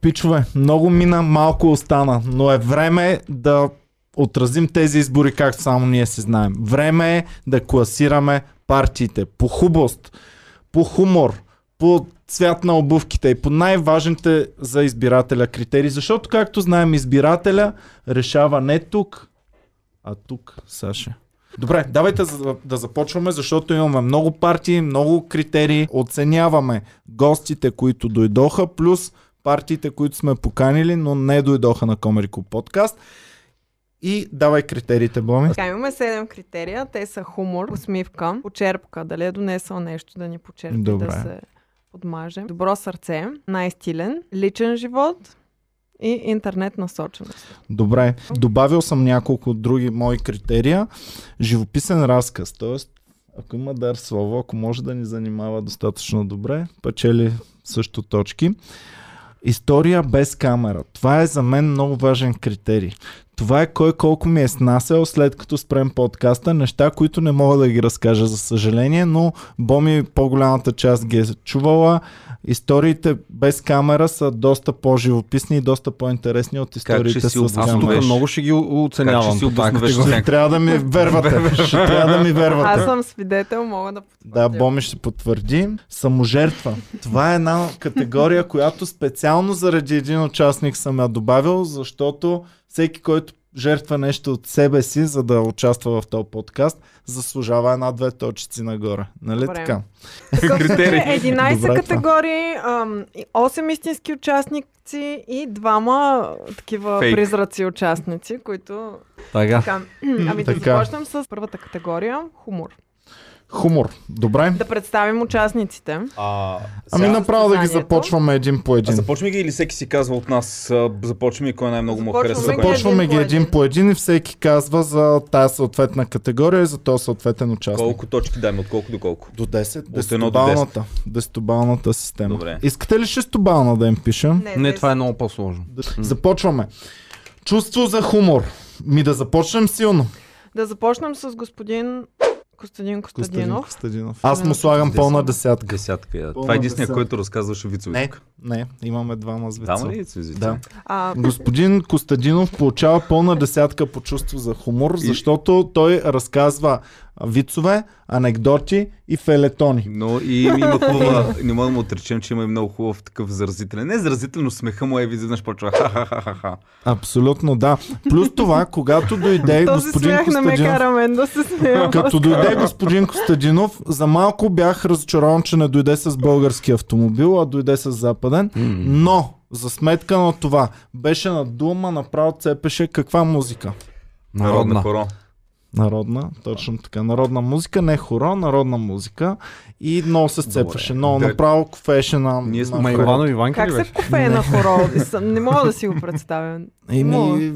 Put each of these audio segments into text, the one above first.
Пичове, много мина, малко остана, но е време да отразим тези избори както само ние си знаем. Време е да класираме партиите по хубост, по хумор, по цвят на обувките и по най-важните за избирателя критерии, защото както знаем избирателя решава не тук, а тук, Саше. Добре, давайте за- да започваме, защото имаме много партии, много критерии. Оценяваме гостите, които дойдоха, плюс партиите, които сме поканили, но не дойдоха на Комерико подкаст. И давай критериите, Боми. Така, имаме седем критерия. Те са хумор, усмивка, почерпка, дали е донесъл нещо да ни почерпи, Добре. да се подмажем, добро сърце, най-стилен, личен живот и интернет насоченост. Добре, добавил съм няколко други мои критерия. Живописен разказ, т.е. ако има дар слово, ако може да ни занимава достатъчно добре, печели също точки. История без камера. Това е за мен много важен критерий. Това е кой колко ми е снасял след като спрем подкаста. Неща, които не мога да ги разкажа, за съжаление, но Боми по-голямата част ги е чувала. Историите без камера са доста по-живописни и доста по-интересни от историите ще си с обосновеш? Аз камера. тук много ще ги о- оценявам. Как ще си Е, по тази обосновеш? категория. Ще трябва да ми вервате. Ще трябва да ми Аз вервате. съм свидетел, мога да Да, потвърдя. Боми ще потвърди. Саможертва. Това е една категория, която специално заради един участник съм я добавил, защото всеки, който жертва нещо от себе си, за да участва в този подкаст, заслужава една-две точици нагоре. Нали Добре. така? Критерии. 11 Добре, това. категории, ам, и 8 истински участници и двама а, такива Фейк. призраци участници, които... Така. Така, ами да Така. започнем с първата категория – хумор. Хумор. Добре. Да представим участниците. А, Ами сега- направо да ги Съзнанието. започваме един по а един. започваме ги или всеки си казва от нас, а, започваме и кой най-много му Започваме харесва? ги. кой- Започваме един ги по един един. по един и всеки казва за тази съответна категория и за този съответен участник. Колко точки даме, от колко до колко? До 10. От едно до Десетобалната. Десетобалната система. Добре. Искате ли шестобална да им пишем? Не, те това е много по-сложно. Започваме. Чувство за хумор. Ми да започнем силно. Да започнем с господин Костадин Костадин Костадинов. Костадинов. Аз му слагам Десет. пълна десятка. Десятка. Да. Това Пълна е единствения, десятка. който разказваше Вицовик. Не, не, имаме двама звезда. Дама ли е Вицовик? Да. А, Господин Костадинов получава пълна десятка по чувство за хумор, защото той разказва вицове, анекдоти и фелетони. Но и има хубава, не мога да му отречем, че има и много хубав такъв заразителен. Не заразителен, но смеха му е изведнъж почва. Ха-ха-ха-ха. Абсолютно да. Плюс това, когато дойде този господин смях не ме Костадинов... кара мен да се смея. Като дойде господин Костадинов, за малко бях разочарован, че не дойде с български автомобил, а дойде с западен. Но, за сметка на това, беше на дума, направо цепеше каква музика. Народна Народна. хоро. Народна, точно така. Народна музика, не хоро, народна музика. И много се сцепваше. Много Да. направо кафеше на... Ние сме на Ма Ама Ивано Иванка Как ли се беше? купе на хоро? Съм- Не мога да си го представя. Еми,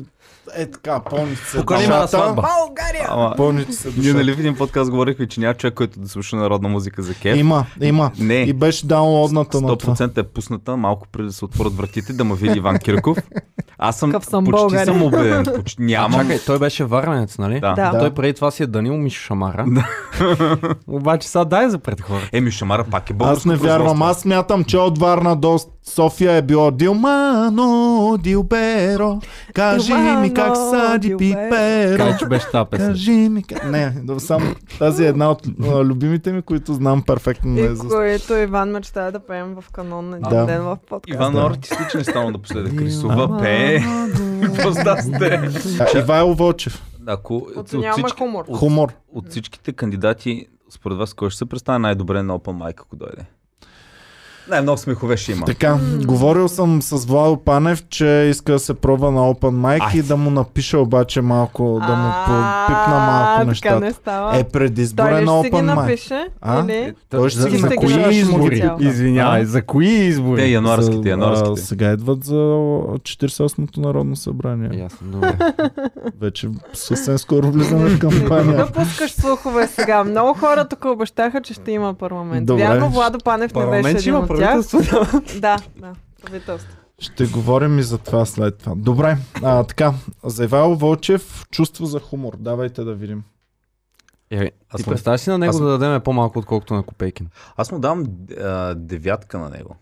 е така, помните се. Покани ме на душата, сватба. България! Ама, Помните се. ние душата. нали в един подкаст говорихме, че няма човек, който да слуша народна музика за кеф. Има, има. е? Не. И беше даунлодната на това. 100% е пусната, малко преди да се отворят вратите, да ме види Иван Кирков. Аз съм, Какъв съм почти българин. съм убеден. Почти, Ама... нямам. Чакай, той беше варненец, нали? Да. Да. Той преди това си е Данил Мишамара. Да. Обаче сега дай за пред хора. Еми, Шамара пак е Аз българско не вярвам. производство. Аз смятам, че от Варна до София е било Дилмано, Дилберо. Кажи Дилмано, ми как сади Дилберо. пиперо. Къде че беше тази песен? Кажи ми как... Не, да, само тази е една от а, любимите ми, които знам перфектно И наизуст. което Иван мечтае да пеем в канон на един Да. ден в подкаст. Иван Да. артистичен стана Е, напоследък. Рисува, пее. Поздасте. А, Ивайло Вълчев. Ако от Оценяваме всички, хумор. от- Хумор. от всичките кандидати, според вас, кой ще се представя най-добре на Open Mic, ако дойде? Най-много смехове ще има. Така, говорил съм с Владо Панев, че иска да се пробва на Open Mic и да му напиша обаче малко, да му по- пипна А, малко Така не нещата. става. Е, той предизборен ли на ще си ги Open Mic. напише? А? Е, Или? Той ще за- си за ги кои напише. избори? Извинявай, за кои избори? Те, януарските, За, а, януарските. сега идват за 48-то народно събрание. Ясно, добре. Вече съвсем скоро влизаме в кампания. Да пускаш слухове сега. Много хора тук обещаха, че ще има парламент. Добре. Вярно, Владо Панев не беше Парламент един има от тях. правителство. Да, да. Правителство. Ще говорим и за това след това. Добре, а, така. За Ивайло Вълчев, чувство за хумор. Давайте да видим. Е, Аз ти съм- представяш си на него аз съм- да дадем по-малко, отколкото на Копейкин. Аз му дам а, девятка на него.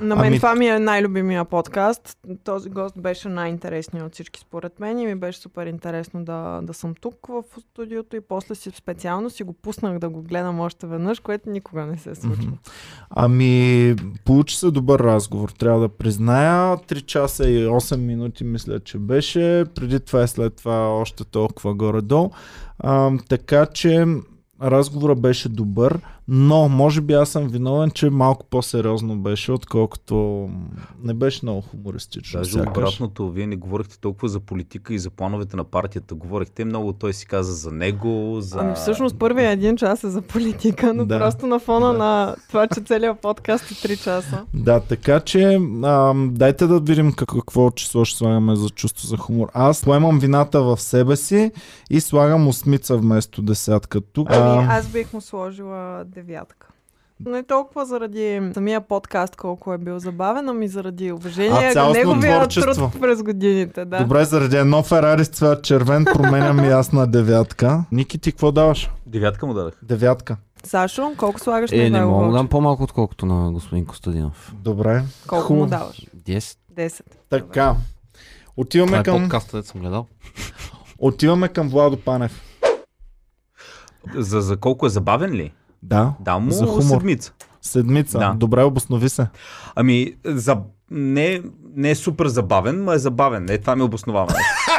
На мен Ами- това ми е най-любимия подкаст. Този гост беше най-интересният от всички според мен и ми беше супер интересно да, да съм тук в студиото и после си специално си го пуснах да го гледам още веднъж, което никога не се е случва. Мгм. Ами, получи се добър разговор, трябва да призная. 3 часа и 8 минути мисля, че беше. Преди това и след това още толкова горе-долу. А, така че разговора беше добър, но може би аз съм виновен, че малко по-сериозно беше, отколкото не беше много хумористично. Даже сякаш. обратното, вие не говорихте толкова за политика и за плановете на партията. Говорихте много, той си каза за него, за... Ами всъщност първия един час е за политика, но Да. да. просто на фона Да. да. на това, че целият подкаст е 3 часа. Да, така че ам, дайте да видим как- какво число ще слагаме за чувство за хумор. Аз поемам вината в себе си и слагам осмица вместо десятка тук. Ами, Ам, аз бих му сложила девятка. Не толкова заради самия подкаст, колко е бил забавен, ами заради А, уважение към цялостно неговия творчество. труд през годините. Да. Добре, заради едно Ферари с цвят червен променям и аз на девятка. Ники, ти какво даваш? Девятка му дадах. Девятка. Сашо, колко слагаш на Е, не Ивайло мога да Вълчев? дам по-малко, отколкото на господин Костадинов. Добре. Колко Хубаво. му даваш? 10. 10. Така. Отиваме Това е към, подкаста, дето съм гледал. отиваме към Владо Панев. За, за колко е забавен ли? Да, Да, му За за хумор. седмица. седмица. Да. Добре, обоснови се. Ами, за... не, не е супер забавен, но е забавен. Е, това ми обосновава.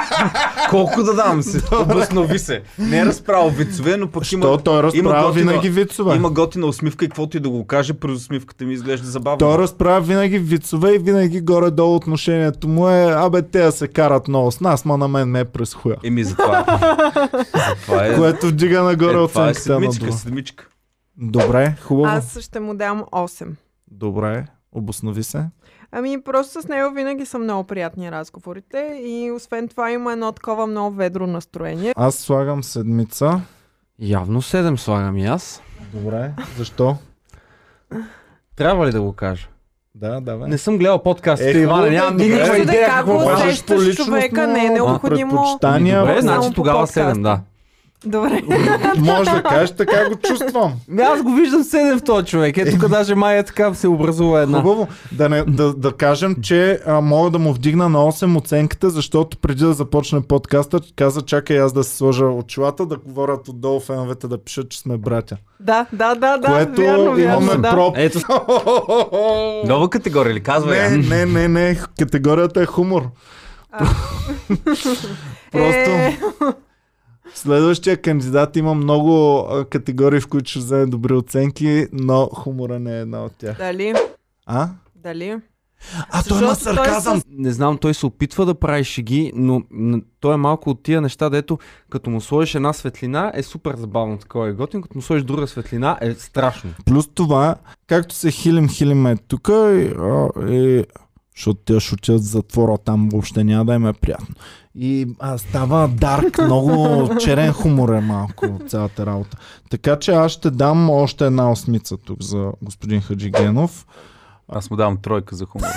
Колко да дам се? Обоснови се. Не е разправил вицове, но пък То има, той е разправя готина- винаги вицове. има готина усмивка и каквото и да го каже, през усмивката ми изглежда забавно. Той разправя винаги вицове и винаги горе-долу отношението му е абе, те да се карат много с нас, ма на мен ме е през хуя. Еми, затова. затова е. Което вдига нагоре е, това е оценката на седмичка, дума. седмичка. Добре, хубаво. Аз ще му дам 8. Добре, обоснови се. Ами просто с него винаги са много приятни разговорите и освен това има едно такова много ведро настроение. Аз слагам седмица. Явно 7 слагам и аз. Добре, защо? Трябва ли да го кажа? Да, давай. Не съм гледал подкастите, Е, Ивана, хубаво, нямам добре. никаква Просто идея така какво го правиш. усещаш човека, не е необходимо- Предпочитания. Само Добре, значи по тогава подкаста. 7, да. Добре. Може да кажеш, така го чувствам. Ми Ами Аз го виждам 7 в този човек. Е, тук даже май е така се образува една. Хубаво. Да, не, да, да кажем, че а, мога да му вдигна на 8 оценката, защото преди да започне подкаста, каза, чакай аз да си сложа очилата, да говорят отдолу феновете, да пишат, че сме братя. да, да, да, да. Което вярно, вярно, имаме да. проп. Ето, Нова категория ли? Казвай. Не, не, я. не, не, категорията е хумор. А. Просто Е, следващия кандидат има много а, категории, в които ще вземе добри оценки, но хумора не е една от тях. дали, А? дали. А той има Защото той сарказъм. не знам, той се опитва да прави шеги, но м, той е малко от тия неща, дето като му сложиш една светлина е супер забавно, такова е готин, като му сложиш друга светлина е страшно. Плюс това, както се хилим, хилим е тук, и, а, и, защото те ще отидат в затвора, там въобще няма да им е приятно. И а, става дарк, много черен хумор е малко от цялата работа. Така че аз ще дам още една осмица тук за господин Хаджигенов. Аз му давам тройка за хумор.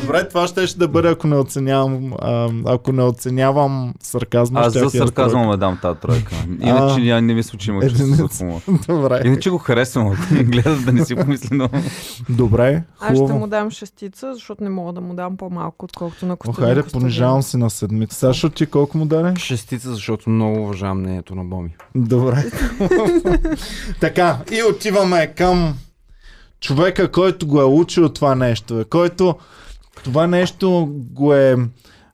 Добре, това ще, ще да бъде, ако не оценявам, а, ако не оценявам сарказма. Аз щях за я да сарказма му дам тази тройка. А. Иначе я не мисля, че има чувство Единица. за хумор. тръгна. Добре, Иначе го харесвам, ако не гледа да не си помисли много. добре, Аз ще хубаво. му дам шестица, защото не мога да му дам по-малко, отколкото на О, Костадин хайде, Костадинов. понижавам си на седмица. Сашо, ти колко му даде? Шестица, защото много уважавам мнението на Боми. Добре. така, и отиваме към човека, който го е учил това нещо, бе, който това нещо го е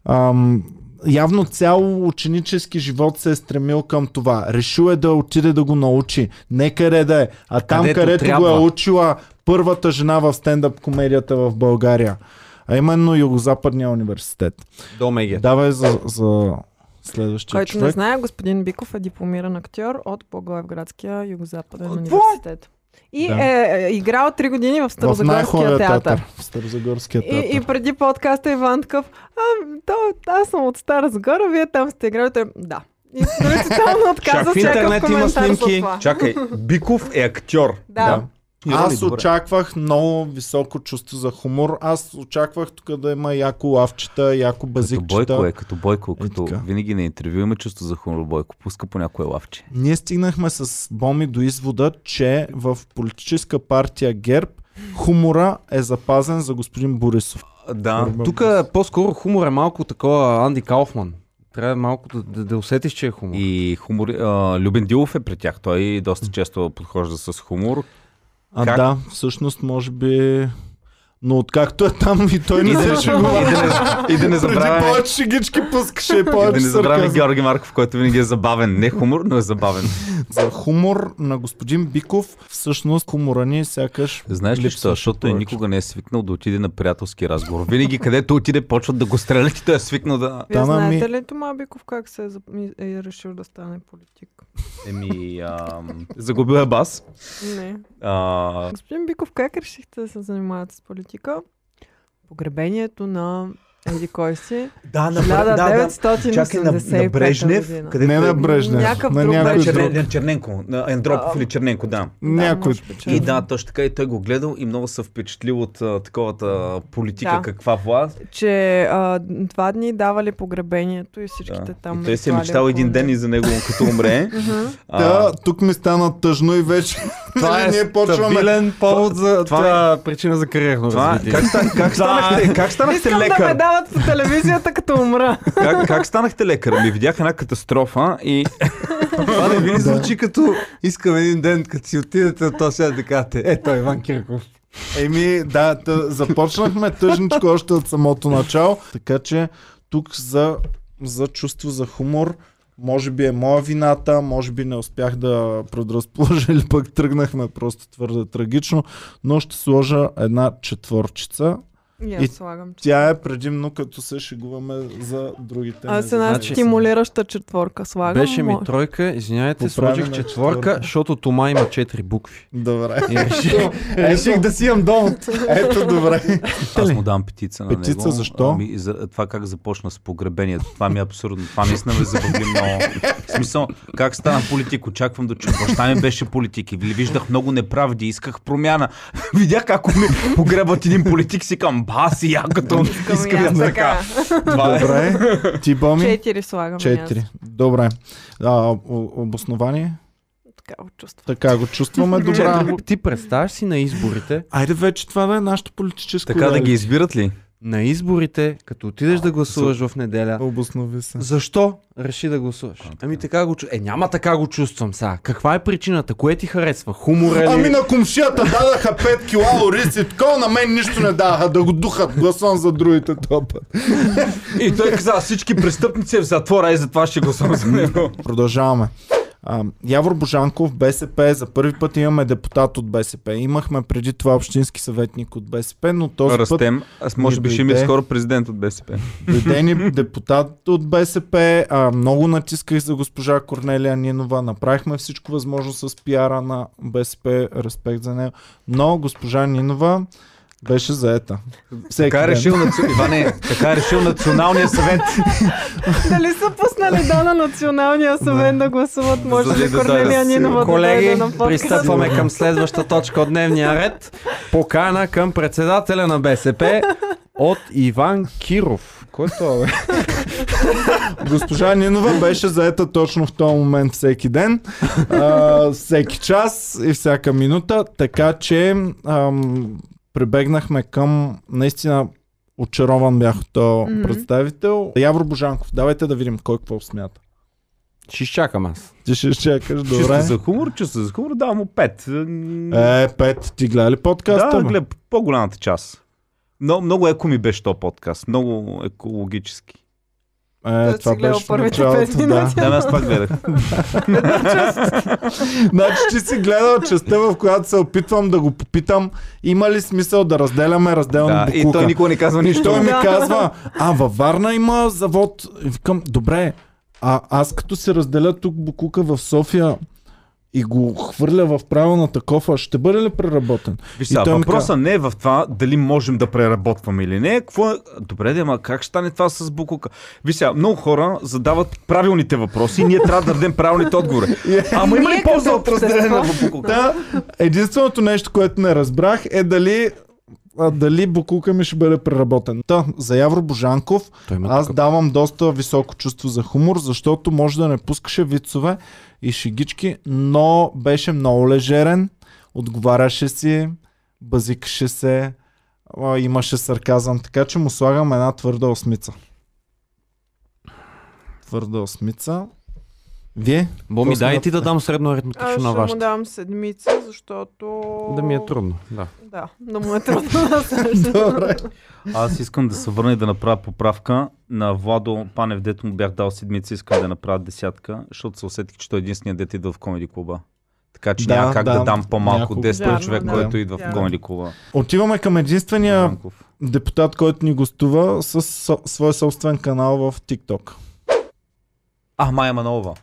ам, явно цял ученически живот се е стремил към това. Решил е да отиде да го научи. Не къде да е, а там където, Където където го е трябва. учила първата жена в стендъп комедията в България. А именно Югозападния университет. До Меге. Давай за, за следващия Който човек. не знае, господин Биков е дипломиран актьор от Благоевградския югозападен Какво? университет. И Да. е, е играл 3 години в в най-хубавия Старозагорския театър. В Старозагорския театър. И, и преди подкаста Иван такъв, а, то, аз съм от Стара Загора, вие там сте играли. Той, да. И той тотално отказа Чак в интернет всякакъв има коментар за снимки. това. Чакай, Биков е актьор. Да. Да. Ирали, Аз добре. очаквах много високо чувство за хумор. Аз очаквах тук да има яко лавчета, яко Като Бойко е, базикчета. като Бойко, Е, като така. винаги на интервю има чувство за хумор Бойко. Пуска по някое лавче. Ние стигнахме с Боми до извода, че в политическа партия ГЕРБ Хумора е запазен за господин Борисов. Да. Тук по-скоро хумор е малко такова Анди Кауфман. Трябва малко да, да, да усетиш, че е хумор. И... И хумор... А, Любен Дилов е при тях. Той доста често подхожда с хумор. А Как? да, всъщност може би... Но откакто е там и той И не да не, се шегува. и да не, и да не Преди забравяме... повече шегички пускаше и е И да повече не забравяме сарказъм. Георги Марков, който винаги е забавен. Не хумор, но е забавен. За хумор на господин Биков, всъщност хумора ни сякаш... Знаеш ли, липсваше защо? защото той повече. никога не е свикнал да отиде на приятелски разговор. Винаги където отиде, почват да го стрелят и той е свикнал да... Вие Тана ми- знаете ли Тома Биков как се е, зап- ми- е решил да стане политик? Еми, ам... загубил е бас. Не. А... Господин Биков, как решихте да се занимавате с политика? Погребението на Еди кой си? Да, на, да, да, да. 1985 Чакай на, на Брежнев, година. където... Не е- на Брежнев, Някакъв на друг някой Брежнев. друг. Черне- Черненко, на Андропов А, или Черненко, да. Някой. може би, че- И да, точно така и той го гледал и много се впечатлил от а, таковата политика, Да. каква власт. Че а, два дни давали погребението и всичките Да. там. и той си е ритуали мечтал един около ден и него. за него, като умре. Мгм. Да, тук ми стана тъжно и вече Това е ние почваме. стабилен повод за това, това е- това е причина за кариерно Това, развитие. как, ста- как, станахте, как станахте Искам да ме лекар? дават по телевизията, като умра. Как, как станахте лекар? Ми видях една катастрофа и Това не ви ли звучи като искам един ден, като си отидете от този свят да кажете, е, той е Иван Кирков. Еми, да, тъ, започнахме тъжничко още от самото начало. Така че тук за, за чувство за хумор, може би е моя вината, може би не успях да предразположа или пък тръгнахме просто твърде трагично, но ще сложа една четворчица. И И аз слагам. че- Тя е предимно като се шегуваме за другите. Аз една независими. значи- стимулираща четворка слагам. Беше ми може. тройка, извинявайте, Поправяме сложих на четворка, четворка. защото Тома има четири букви. Добре. И реших, Реших да си имам довод. Ето, добре. аз му дам петица на Петица него. защо? Ами, за това как започна с погребението. Това ми е абсурдно. Това наистина ме забавли много. В смисъл, как стана политик? Очаквам да чуя. Баща ми беше политик и ви- виждах много неправди. Исках промяна. Видях как ми погребат един политик си към бас и якото. Искам и Искам аз да така. е. Ами, така. Това е. Добре. Ти, Боми? Четири слагам. и аз. Четири. Добре. А, о- обоснование? Така го чувствам. Така го чувстваме. Добре, Добре. ти представяш си на изборите, Айде вече това да е нашето политическо. Така да ги реалити. избират ли? на изборите, като отидеш да гласуваш в неделя, Обоснови се. защо реши да гласуваш? Ами така го чу... Е, няма така го чувствам сега. Каква е причината? Кое ти харесва? Хумора ли? Ами на кумшията дадаха 5 кила ориз и такова, на мен нищо не даха, да го духат, гласувам за другите този път. И той каза, всички престъпници е в затвора и затова ще гласувам за него. Продължаваме. А, Явор Божанков, БСП, за първи път имаме депутат от БСП. Имахме преди това общински съветник от БСП, но този път Растем. Аз може Ни би ще ми е дойде. скоро президент от БСП. Дойде ни депутат от БСП, а, много натисках за госпожа Корнелия Нинова, направихме всичко възможно с пиара на БСП, респект за нея, но госпожа Нинова беше заета. Всеки Така е ден. решил, Ами, наци... Иване, така е решил Националния съвет. Дали са пуснали да на националния съвет да гласуват, може да би дойде Корнелия с- Нинова да дойде Колеги, на подкаст. пристъпваме към следваща точка от дневния ред. Покана към председателя на БСП от Иван Киров. Който е? Госпожа Нинова беше заета точно в този момент всеки ден, а, всеки час и всяка минута, така че ам, прибегнахме към наистина очарован бях от този Мгм. представител. Явор Божанков, давайте да видим кой какво смята. Ще изчакам аз. Ти ще чакаш, Чисто добре. за хумор, чисто за хумор, давам му 5. Е, Пет, ти гледа ли подкаста? да, бе? глед, по-голямата част. Но, много еко ми беше то подкаст, много екологически. Е, Той си това гледал беше в първите началото, пет да. минути. Да, бе, аз пак гледах. Значи ти си гледал частта, в която се опитвам да го попитам, има ли смисъл да разделяме разделно да, и букука. той никога не казва И нищо. той ми Да. казва, а във Варна има завод. И Викам, добре, а аз като се разделя тук букука в София и го хвърля в правилната кофа, ще бъде ли преработен? Виж И сега, той ми въпросът не е в това дали можем да преработваме или не. Какво е... Добре, де, ама как ще стане това с Букука? Виж сега, много хора задават правилните въпроси и ние трябва да дадем правилните отговори. Ама има ли Ние полза като от разделение на общество? Букука? Да, единственото нещо, което не разбрах е дали а, дали Букука ми ще бъде преработен. Та, за Явро Божанков Той има Аз давам доста високо чувство за хумор, защото може да не пускаше вицове и шегички, но беше много лежерен, отговаряше си, базикаше се, а, имаше сарказъм, така че му слагам една твърда осмица. Твърда осмица. Вие? Боми, Какво дай и ти смятате? да дам средно Аз аритметично ще на му вашата. дам седмица, защото... Да ми е трудно. Да. Да, да му е трудно да се Добре. Аз искам да се върна и да направя поправка на Владо Панев, дето му бях дал седмица, искам да направя десятка, защото се усетих, че той е единственият дете идва в комеди клуба. Така че Да, няма как да, да, дам по-малко няколко. от 10 Вярно, човек, да. който идва в Вярно. комеди клуба. Отиваме към единствения Ранков. депутат, който ни гостува с со- свой собствен канал в TikTok. А, Майя Манова.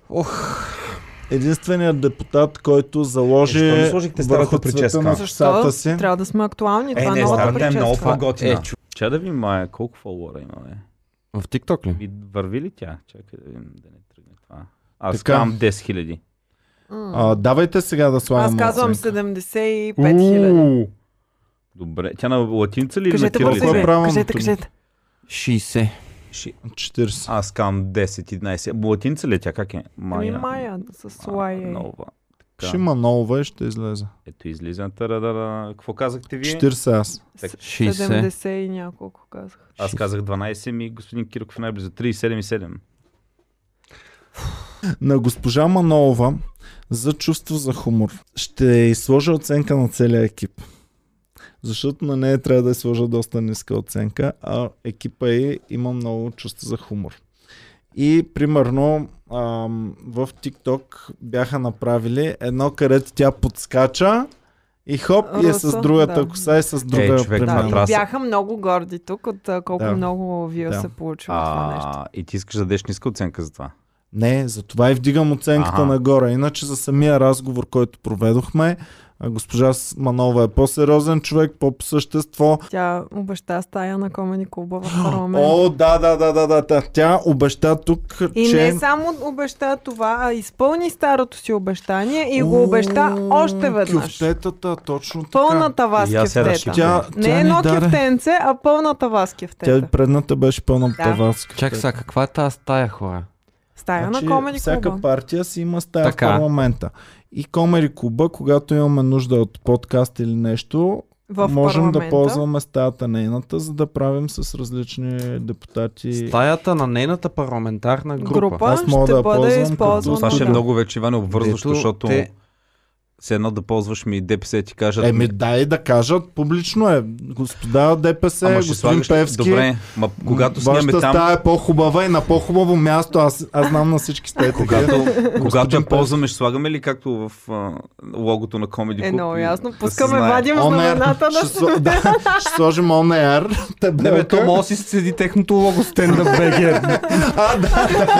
Единственият депутат, който заложи Е, защо не сложихте старата върху цвета прическа? на Защо? косата си. Трябва да сме актуални. Е, Това е не, новата старата е прическа. много по-готина. Е, Е, Ча да ви, Майя, колко фолуара има, бе? В TikTok ли? И върви ли тя? Чакай да видим да не тръгне това. Аз Така. казвам 10 000. М. А, е давайте сега да слагам Аз казвам оценка. 75 хиляди. Уу! Добре, тя на латинца ли или на Кажете бързо, Какво е бе. кирилица? правилното? кажете, кажете. 60. Ши- 40. Аз казвам 10, 11. Латинца ли е тя? Как е? Ами Майя. Майя с лая. Нова. Ще има нова и ще излезе. Ето излизам. Тарадара. Какво казахте вие? 40 аз. 60. 70 и няколко казах. Аз казах 12, ми господин Кирков е най-близо. 37 и 7. На госпожа Манолова за чувство за хумор ще й сложа оценка на целия екип. Защото на нея трябва да й сложа доста ниска оценка, а екипа й има много чувство за хумор. И примерно ам, в TikTok бяха направили едно, където тя подскача и хоп, и е с Руса, другата да. коса и е с друга. човек, примерно. това е Да, Ама и траса. бяха много горди тук от а, колко Да. много вие Да. се получи от това нещо. А, и ти искаш да дадеш ниска оценка за това. Не, затова и вдигам оценката Аха. нагоре. Иначе за самия разговор, който проведохме, а, госпожа С- Манова е по-сериозен човек, по-същество. Тя обеща стая на Комени клуба в парламент. О, да, да, да, да, да, да. Тя обеща тук, И че... не само обеща това, а изпълни старото си обещание и го обеща О, още веднъж. Кюфтетата, точно така. Пълната вас И аз я разчитам. кефтета. Тя, тя Не е ни едно даде... кефтенце, а пълната вас Тя кефтета. предната беше пълна Да. таваска. Чак сега, каква е тази стая, хора? Стая е на Комени значи, всяка клуба. партия си има стая Така. в парламента. И Комери Куба, когато имаме нужда от подкаст или нещо, В можем да парламента. ползваме стаята нейната, за да правим с различни депутати. Стаята на нейната парламентарна група. група, Аз мога ще да я бъде ползвам използвана. като- Това ще е да. много вече, Иван, обвързващо, Дето защото те- се едно да ползваш ми и ДПС ти кажат. Еми дай да кажат, публично е. Господа ДПС, ама ще господин слагаш... Певски. Добре, ма когато снимаме вашата там... стая е по-хубава и на по-хубаво място. Аз, аз знам на всички стаи. Когато, когато Господин я ползваме, ще слагаме ли както в а, логото на Comedy Club? Е, много ясно. Да се Пускаме, знае. вадим On air. знамената на Ще сло- да, ще сложим on air. Не бе, то Табелка. може да си седи техното лого стенда БГ.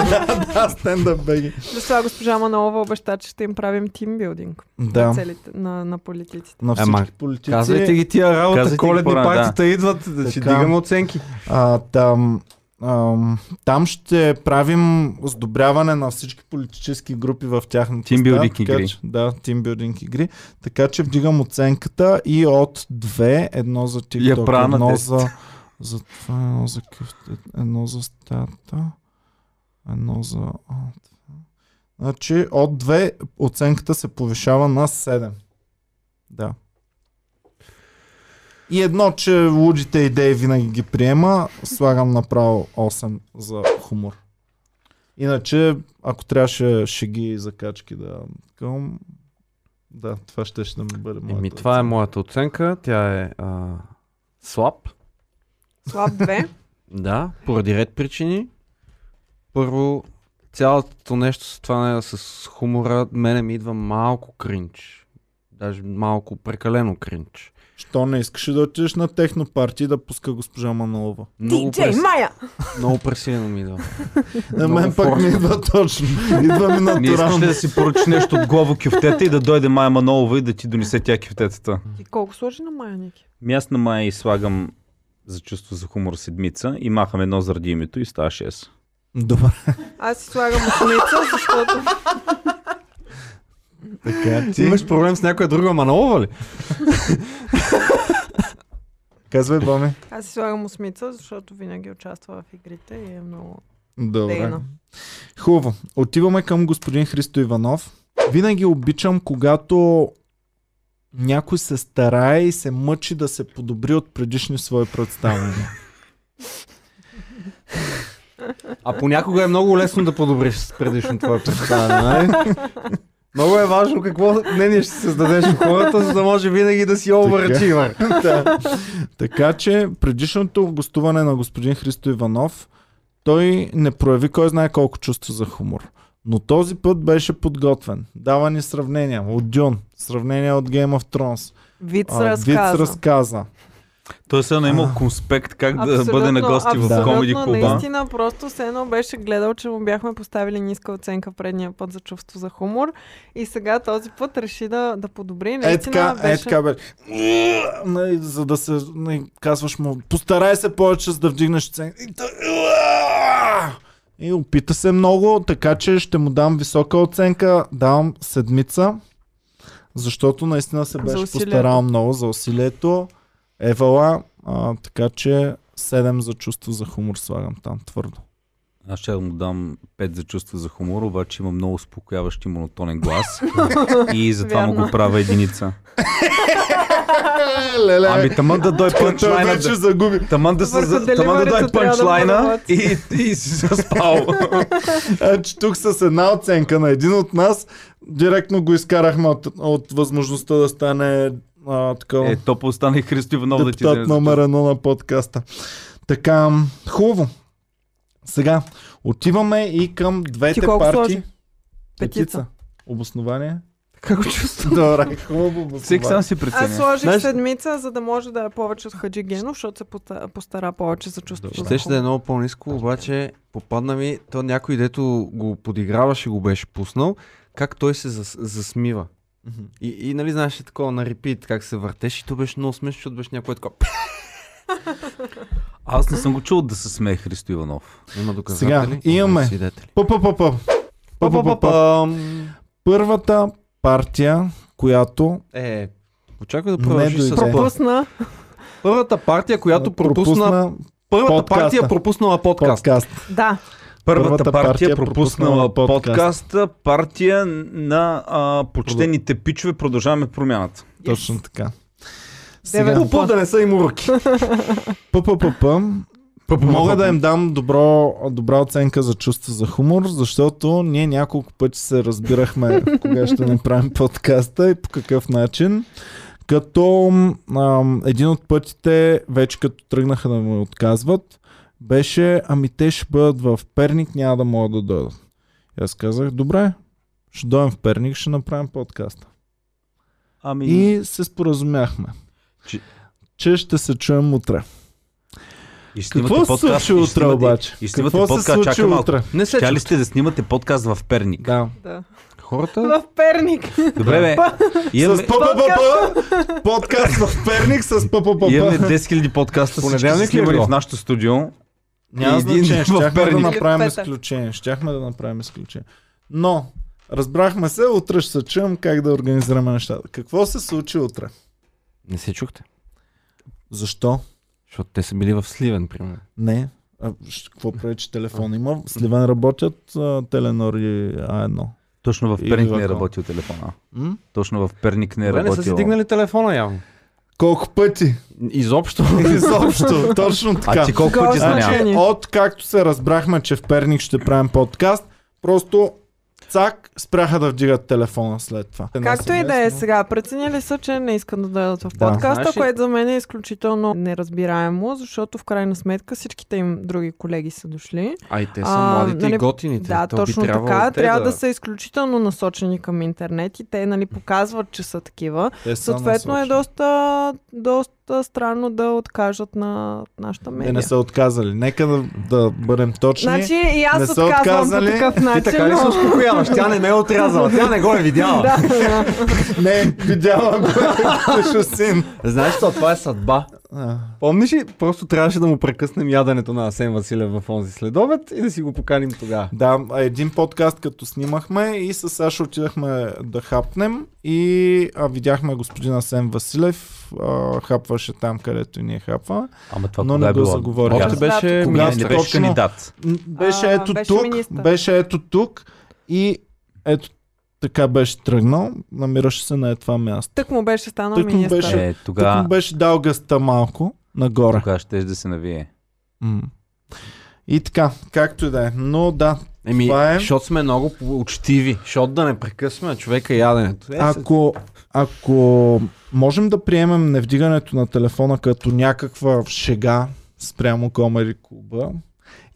Да, стендъп беги. Затова госпожа Манолова обеща, че ще им правим тимбилдинг на, Да. целите, на, на политиците. На всички Ема, политици. Казвайте ги тия работа, Казвайте ги коледни по-рано, да. партията идват, да си Така. дигаме оценки. А, там, ам, там ще правим сдобряване на всички политически групи в тяхната Тимбилдинг стая, така игри. Че, да, тимбилдинг игри. Така че вдигам оценката и от две, едно за Я TikTok, правя на едно 10. за, за това, едно за къфтет, едно за стата, едно за... а, това. Значи от две оценката се повишава на 7. Да. И едно, че лудите идеи винаги ги приема, слагам направо 8 за хумор. Иначе, ако трябваше шеги и закачки да към... Да, това ще ще ми бъде моята. Еми, това е оценка. моята оценка. Тя е а, слаб. Слаб 2. Да, поради ред причини. Първо, цялото нещо с това не, е с хумора, мене ми идва малко кринч. Даже малко прекалено кринч. Що не искаш да отидеш на технопарти и да пуска госпожа Манолова? Много, Диджей прес... Майя! много пресилено ми идва. На Много мен пък форма. ми идва точно. Идва ми Не искаш ли натурално. да си поръчаш нещо от главо кюфтета и да дойде Майя Манолова и да ти донесе тя кюфтетата? И колко сложи на Майя, Ники? Ми Ами аз на Майя и слагам за чувство за хумор седмица и махам едно заради името и става 6. Добре, Аз си слагам осмица, защото така Ти ти. имаш проблем с някоя друга Манолова ли? Казвай, Боми. аз си слагам осмица, защото винаги участва в игрите и е много Добре. дейна. Хубаво. Отиваме към господин Христо Иванов. Винаги обичам, когато някой се старае и се мъчи да се подобри от предишни свои представления. А понякога е много лесно да подобриш с предишно твое представяне. нали? Много е важно какво мнение ще създадеш у хората, за да може винаги да си овърчивър. да. Така че предишното гостуване на господин Христо Иванов, той не прояви кой знае колко чувство за хумор. Но този път беше подготвен. Дава ни сравнения от Дюн, сравнения от Game of Thrones. Вид а, с разказа. Виц разказа. Той се е имал конспект как да бъде на гости в абсолютно, комеди клуба. Наистина, просто все едно беше гледал, че му бяхме поставили ниска оценка предния път за чувство за хумор. И сега този път реши да, да подобри. Е Наистина, така, беше... е така бе. Нали, За да се нали, казваш му, постарай се повече, за да вдигнеш цен. И, той, и опита се много, така че ще му дам висока оценка. Давам седмица, защото наистина се беше усилието. постарал много за усилието. Евала, а, така че 7 за чувство за хумор слагам там твърдо. Аз ще му дам 5 за чувства за хумор, обаче има много успокояващ и монотонен глас. и затова му го Вярно. правя единица. Леле, Ами таман да дой той пънчлайна. вече да- загуби. Таман да, се, Върху за- таман да деливерито дой трябва да пънчлайна бъдат. и, и си заспал. Значи тук с една оценка на един от нас, директно го изкарахме от, от възможността да стане а, такова е, то остана и Христо Иванов да ти депутат вземе. за номер едно на подкаста. Така, м, хубаво. Сега, отиваме и към двете Ти колко партии. сложи? Петица. Обоснование? Как го чувствам? Добре, хубаво Всеки обоснование. сам си Аз преценя. сложих Знаеш- седмица, за да може да е повече от Хаджи Генов, защото се пота- постара повече за чувството. за Щеше да е хумор. много по-низко, обаче попадна ми, то някой дето го подиграваше, го беше пуснал, как той се зас, засмива. Мгм. И, и нали знаеш е такова на репит, как се въртеш и то беше много смешно, защото беше някой такова. Аз не съм го чул да се смее Христо Иванов. Има доказатели. Сега, имаме. Има свидетели. Па, па, па, па. Па, па, па, па. Па-па-па-пам. Първата партия, която Е, очаквай да Не продължиш дойде. с Пропусна. пър- Пусна. първата партия, която пропусна. Първата подкаста. партия пропуснала подкаст. подкаст. Да. Първата, Първата партия партия, пропуснала пропуснала подкаста, партия на а, почтените пичове, продължаваме промяната. Точно така. Девет. Сега, Пупа да не са им уроки. ППП, Мога да им дам добро, добра оценка за чувство за хумор, защото ние няколко пъти се разбирахме кога ще направим подкаста и по какъв начин. Като ам, един от пътите, вече като тръгнаха да ме отказват, беше, ами те ще бъдат в Перник, няма да могат да дойдат. И аз казах, добре, ще дойдем в Перник, ще направим подкаста. Ами... И се споразумяхме, Че- че ще се чуем утре. И ще Какво снимате се подкаст- случи и утре снимате- обаче? И снимате Какво се подкаст, случи чакай малко. утре? Не се Тя ли чу- сте да снимате подкаст в Перник? Да. да. Хората. В Перник. Добре, бе. С Имаме, ППП, подкаст в Перник с имаме ППП. 10 000 подкаста, Понеделник ли е всички снимали било? в нашото студио. Няма един значение, в щяхме да Перник. направим Петък. изключение. Щяхме да направим изключение. Но, разбрахме се, утре ще се чуем как да организираме нещата. Какво се случи утре? Не се чухте. Защо? Защото те са били в Сливен, примерно. Не. А, щ- какво прави, че телефон има? В Сливен работят а, Теленор и А1. Точно в Или Перник не Вакуум. е работил телефона. М? Точно в Перник не е Добре, не са си работил. дигнали телефона явно. Колко пъти? Изобщо. Изобщо. Точно така. А ти колко пъти Госна. звъня? Значи- От както се разбрахме, че в Перник ще правим подкаст, просто цак спряха да вдигат телефона след това. Както и да е сега, преценили са, че не искат да дойдат в Да. подкаста, Знаеш ли- което за мен е изключително неразбираемо, защото в крайна сметка всичките им други колеги са дошли. А и те са А, младите нали, и готините. Да, То би точно трябвало така. те Трябва да... са изключително насочени към интернет и те нали, показват, че са такива. Те са Съответно е насочени. доста, доста странно да откажат на нашата медия. Те не са отказали. Нека да, да бъдем точни. Значи и аз Не са отказали. отказвам по такъв Ти начин. така ли се но- успокояваш? Тя не ме е отрязала, тя не го е видяла. Да, Не, видяла го. Пишо син. Знаеш, що това е съдба. А, Помниш ли, просто трябваше да му прекъснем яденето на Асен Василев в онзи следобед и да си го поканим тогава. Да, а един подкаст като снимахме и с Саша отидахме да хапнем и а, видяхме господин Асен Василев, а, хапваше там, където и ние хапваме. Ама това Но кога не е го било? заговорих. Още Още бе- беше Когато- Не, място. не Аз беше точно. кандидат. М, Беше А, ето беше тук, министър. беше ето тук и ето така беше тръгнал, намираше се на е това място. Тък му беше станал Тък му министър. беше- Е, Тук тогава му беше дал гъста малко нагоре. тога ще да се навие. М. И така, както и да е. Но да, Еми, Това е. защото сме много по- учтиви. Защото да не прекъсваме човека яденето. Е, се- ако, ако можем да приемем невдигането на телефона като някаква шега спрямо Комери Куба,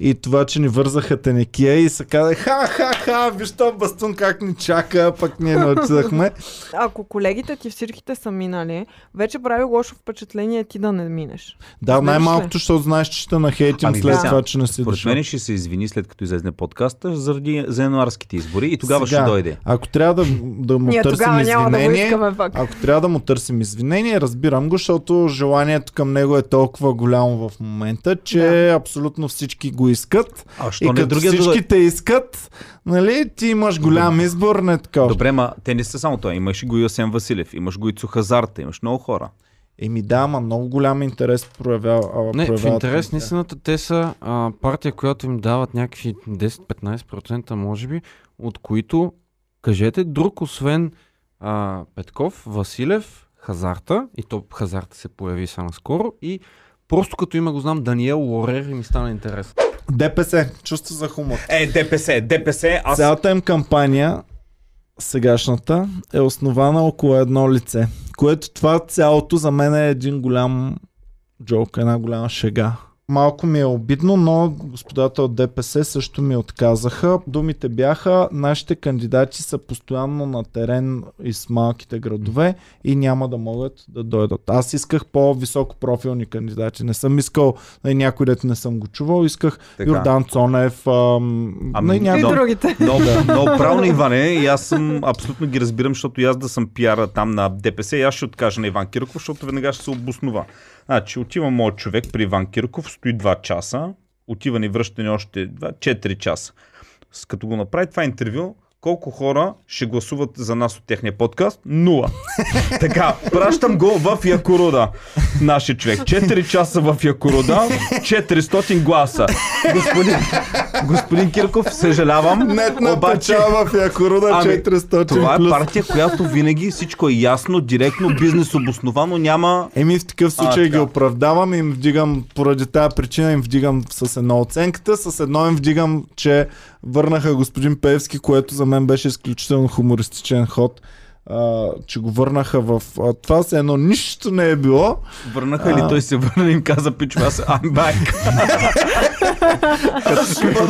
и това, че ни вързаха тенекия и се каза ха-ха-ха, виж то бастун как ни чака, пък ние не отидахме. Ако колегите ти в сирките са минали, вече прави лошо впечатление ти да не минеш. Да, Знаеш ли? най-малкото, защото знаеш, че ще нахейтим Ами, след да. това, че не си Според дошъл. мен ще се извини след като излезне подкаста заради за януарските избори и тогава Сега, ще дойде. Ако трябва да, да му Ние търсим тогава няма да го извинение, искаме пак. Ако трябва да му търсим извинение, разбирам го, защото желанието към него е толкова голямо в момента, че Да. да. абсолютно всички го искат. А и що не като другия да дойде? всички те искат, нали, ти имаш голям избор, не такова. Добре, ма те не са само той. Имаш и го Йосен Василев, имаш го и Цухазарта, имаш много хора. Еми да, ама много голям интерес проявява. Не, в интерес на истината те са а, партия, която им дават някакви 10-15% може би, от които, кажете, друг освен а, Петков, Василев, Хазарта, и то Хазарта се появи само скоро, и просто като има го знам Даниел Лорер и ми стана интерес. ДПС, чувство за хумор. Е, ДПС, ДПС, аз... Цялата им кампания, сегашната, е основана около едно лице, което това цялото за мен е един голям джок, една голяма шега. Малко ми е обидно, но господата от ДПС също ми отказаха. Думите бяха, нашите кандидати са постоянно на терен из малките градове и няма да могат да дойдат. Аз исках по-високо профилни кандидати. Не съм искал нали, някой, дето не съм го чувал. Исках Така. Йордан Цонев. Ам... нали, Ами, Да. И някой- Но- другите. Много, много правилно, Иване. И аз съм абсолютно ги разбирам, защото и аз да съм пиара там на ДПС, и аз ще откажа на Иван Кирков, защото веднага ще се обоснова. Значи, отива моят човек при Иван Кирков, стои 2 часа, отива ни връщане още 2, 4 часа. С като го направи това интервю, колко хора ще гласуват за нас от техния подкаст? Нула. така, пращам го в Якоруда. Нашия човек. 4 часа в Якоруда, 400 гласа. Господин, господин Кирков, съжалявам. Нетна обаче, печалба в Якоруда Ами, 400 това е плюс. партия, която винаги всичко е ясно, директно, бизнес обосновано, няма... Еми в такъв случай А, ги така. оправдавам и им вдигам, поради тази причина им вдигам с едно оценката, с едно им вдигам, че върнаха господин Певски, което за мен беше изключително хумористичен ход. А, че го върнаха в... А, това се едно нищо не е било. Върнаха ли А. той се върна и им каза, пичо, аз I'm back.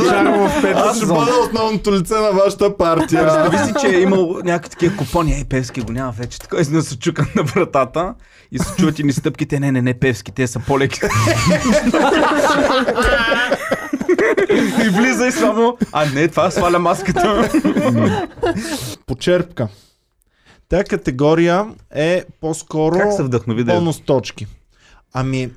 Чакам в пета. Аз ще бъда основното лице на вашата партия. Представи си, че Е, е имал някакви такива купони, ей, Певски го няма вече, така и се чукам на вратата и се чуват и ни стъпките, не, не, не, Певски, те са по-леки. и влиза и само, а не, това сваля маската. Почерпка. Тя категория е по-скоро... как се вдъхнови да е? бонус точки. Ами,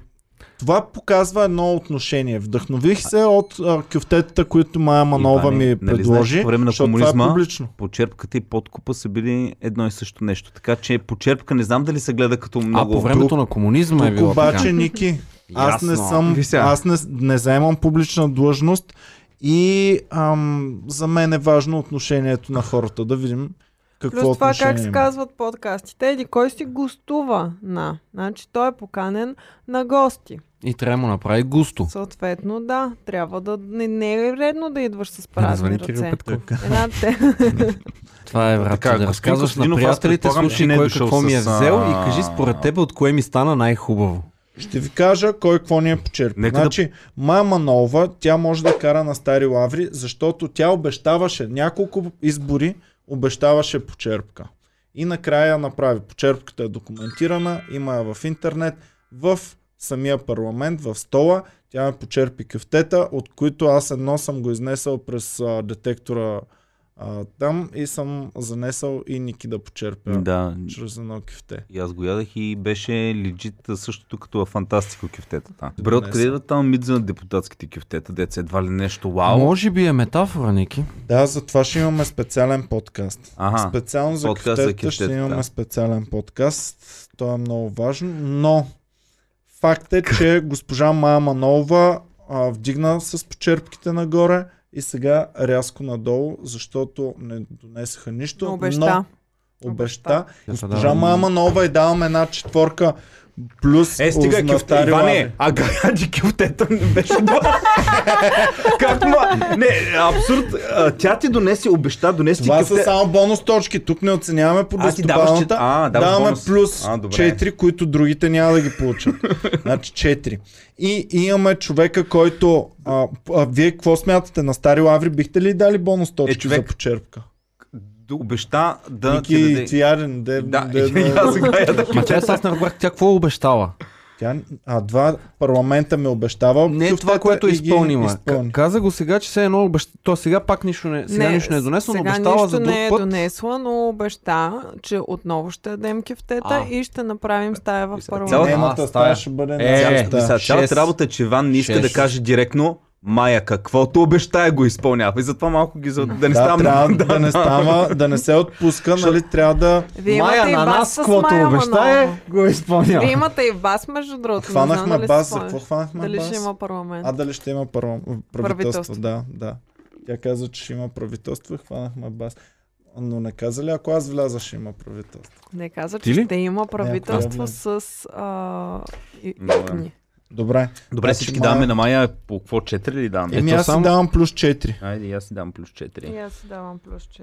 това показва едно отношение. Вдъхнових се от а, кюфтетата, които Майя Манова Иване, ми нали знаеш, предложи, по време на защото това е комунизма- публично. Почерпката и подкупа са били едно и също нещо. Така че почерпка не знам дали се гледа като А много. по времето на комунизма е Тук било обаче, така. Ники, аз не Ясно. съм, Ви сега. аз не, не заемам публична длъжност и ам, за мен е важно отношението на хората. Да видим какво Плюс това отношение как се има. казват подкастите. Еди, кой си гостува на? Значи той е поканен на гости. И трябва да му направи густо. Съответно, да, трябва да... Не, не е редно да идваш с Звъни празни Кирил ръце. Петков. Една те... Това е врата. Така, Така, да господин разказваш на Костадинов, аз приятелите, предполагам, че слушай не е кой дошъл какво ми е с, а, взел и кажи според тебе от кое ми стана най-хубаво. Ще ви кажа кой какво ни е почерпил. Нека да- значи, Майя Манова, тя може да кара на стари лаври, защото тя обещаваше няколко избори, обещаваше почерпка. И накрая я направи. Почерпката е документирана, има я в интернет, в самия парламент, в стола. Тя ме почерпи кюфтета, от които аз едно съм го изнесъл през а, детектора а, там и съм занесъл и Ники да почерпя Да, чрез едно кюфте. и аз го ядах и беше легит същото като в Фантастико кюфтетата. Бре, Не откъде съм. да там мидза на депутатските кюфтета, деца? Едва ли нещо вау? Може би е метафора, Ники. Да, за това ще имаме специален подкаст. Аха, Специално за подкаст за кюфтетата ще кюфтетата. имаме специален подкаст. То е много важно, но факт е, че госпожа Мая Манова а, вдигна с почерпките нагоре И сега рязко надолу, защото не донесеха нищо. Но обеща. Но обеща. Госпожа Да. Мама Нова и давам една четворка плюс е. Е, стига, кюфта, узнатарила. Иване, а гади кюфтета не беше добър. Както ма... Не, абсурд. А, Тя ти донесе, обеща, донесе ти Това са кюфте. само бонус точки. Тук не оценяваме по А, ти даваш чет- десетобалната. а, даваш Даваме бонус. плюс А, добре. 4, които другите няма да ги получат. значи 4. И имаме човека, който... А, а вие какво смятате? На Стари Лаври бихте ли дали бонус точки Е, човек, за почерпка? Д- Обеща да Ники ти даде... Тиарен, де, Да, де, и аз сега я да Ма тя аз не разбрах, тя какво обещала? Тя, а два парламента ми обещава. Не е кюфтета това, което и е ги изпълнима. изпълни. К- Каза го сега, че все едно обеща... То сега пак нищо не, сега нищо не е донесло, но сега обещала нищо за друг не е път. донесла, но обеща, че отново ще дадем кефтета А. и ще направим стая в парламент. Цялата- Темата А, стая стая. ще бъде Е, нашата. да. Мисля, цялата Шест. работа е, че Иван не иска Шест. да каже директно Майя, каквото обещая го изпълнява. И затова малко ги за... да Да, не ставам. трябва да не става, да не се отпуска, нали, трябва да... Вие имате и вас с Майя Манолова. го е изпълнява. Вие имате и вас, между другото. не знам Хванахме дали бас, си за спомняш. какво хванахме Дали бас? ще има парламент? А, дали ще има парлам... правителство, Правителство. да, да. Тя каза, че ще има правителство и хванахме бас. Но не каза ли, ако аз вляза, ще има правителство? Не каза, Ти че ли? ще има правителство проблем. с... А... и- Добре. икни. Добре. Добре, Значи всички Майя- даваме на Майя по какво 4 ли даваме? Еми то аз си само- давам плюс 4. Айде, и аз си дам плюс 4. И аз си давам плюс 4.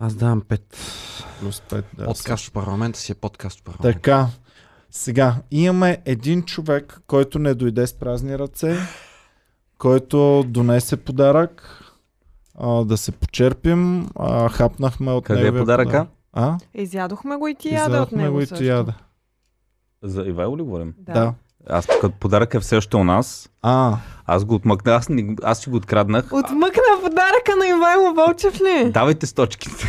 Аз давам пет. е, Плюс 5, да. Подкаст в парламента си е подкаст в парламента. Така. Сега, имаме един човек, който не дойде с празни ръце, който донесе подарък, а, да се почерпим, а, хапнахме от Къде е неговия подаръка? подарък. А? Изядохме го и ти яда от Изядохме него го и също. яда. За Ивайло ли говорим? Да. да. Аз като подарък е все още у нас. А, Аз го отмъкнах, аз, не, аз си го откраднах. Отмъкна подаръка на Ивайло Вълчев ли? Давайте сточките.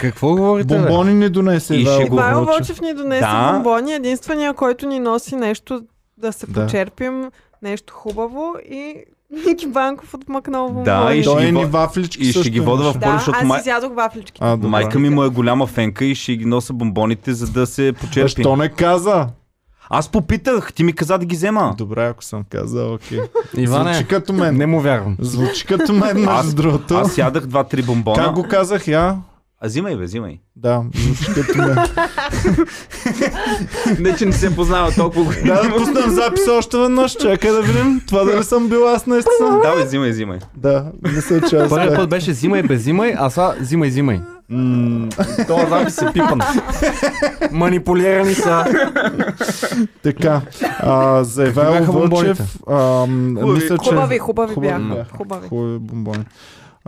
Какво Е, говорите, бе? бомбони ни донесе. И Ивайло. ще го- Ивайло Вълчев. Вълчев ни донесе Да. бомбони, единствения, който ни носи нещо да се Да. почерпим, нещо хубаво и Ники Банков отмъкнал бомбони. Да, и ще Той е ги ни во- вафлички и ще също ги вода в имаше. да, защото аз май- изядох вафлички. А, добре. Майка ми му е голяма фенка и ще ги носа бомбоните, за да се А почерпи. Що не каза? Аз попитах, ти ми каза да ги взема. Добре, ако съм казал, окей. Иване, Звучи като мен. не му вярвам. Звучи като мен, между Аз- другото. Аз ядах два-три бомбона. Как го казах я? А взимай, бе, взимай. Да, звучи като мен. Не, че не се познава толкова. Да, да пуснем запис още веднъж. Чакай да видим. Това дали съм бил аз наистина. Давай, взимай, взимай. Да, мисля, че аз Първият бях. път беше зимай без зимай, а сега зимай зимай. Това запис е пипан. Манипулирани са. Така, а, за Ивайло бяха Вълчев, а, м, Хубави- мисля, че... Хубави, хубави Хубави бяха. бяха. Хубави. Хубави бомбони.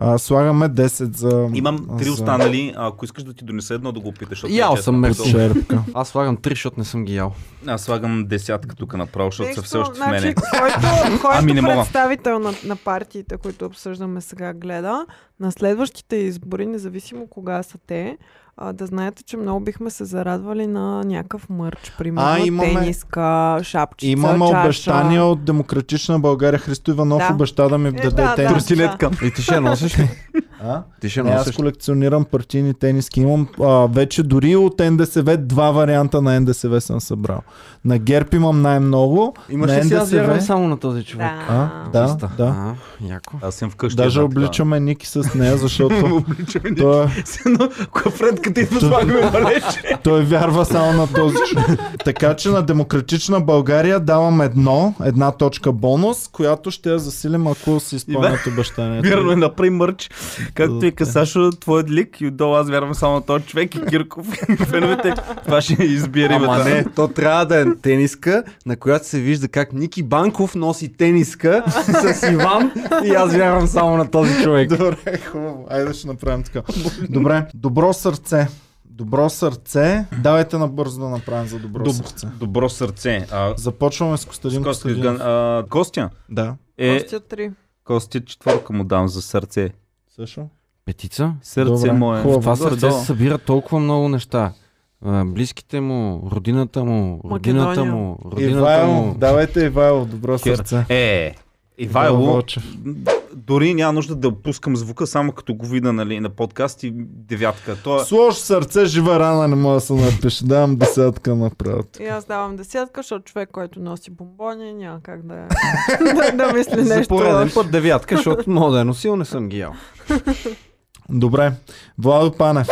А, слагаме 10 за... Имам три за останали. а, Ако искаш да ти донеса едно, да го опиташ. защото Ял тя е съм мерси. Черпка. Аз слагам три, защото не съм ги ял. Аз слагам десятка тук направо, защото са Нещо, все още в значи, мене. Който, който Ами не мога. представител на, на партиите, които обсъждаме сега гледа, на следващите избори, независимо кога са те, а, да знаете, че много бихме се зарадвали на някакъв мърч. Примерно А, имаме- тениска, шапчица, Имаме чаша. обещания от Демократична България. Христо Иванов Да. обеща да ми Е, даде да, да. тенис. Тортилетка. И ти ще я носиш ли? А? Ти ще я Не, аз носиш ли? колекционирам партийни тениски. Имам а, вече дори от НДСВ два варианта на НДСВ съм събрал. На ГЕРБ имам най-много. Имаш на ли си аз вярвам НДСВ. само на този човек? Да. А, да, Чиста. да. А, Яко. Аз съм вкъщи. Даже една обличаме Ники с нея, такава. защото обличаме. той, е- Но кафредката идва слагаме валече. той вярва само на този. човек. така че на Демократична България давам едно, една точка бонус, която ще я засилим, ако си изпълнят обещанието. Вярно е, направи мърч. Както и Добре. Касашо, твоят лик и отдолу аз вярвам само на този човек и Кирков. Феновете, това ще избие Ама рибата. не, то трябва да е тениска, на която се вижда как Ники Банков носи тениска с Иван и аз вярвам само на този човек. Добре, хубаво. Айде ще направим така. Добре. Добро сърце. Добро сърце. Давайте набързо да направим за добро Доб- сърце. Добро сърце. А, Започваме с Костадин с Костя, Костадин. а, Костя Да. е... Костя три. Костя четворка му дам за сърце. Също. Петица? Сърце Добре, мое. хубаво. Това сърце е Гордо. се събира толкова много неща. А, Близките му, родината му, родината Македония. му, родината Ивайло. му. Давайте Ивайло. Добро сърце. Е, Ивайло Ивайло, Вълчев. дори няма нужда да пускам звука, само като го видя нали, на подкаст и девятка. То е... Сложи сърце, жива рана, не мога да се напише. Давам десятка направят. И аз давам десятка, защото човек, който носи бомбони, няма как да, да, да мисли За нещо. пореден лошо. път девятка, защото мога да е носил, не съм ги ял. Добре. Владо Панев.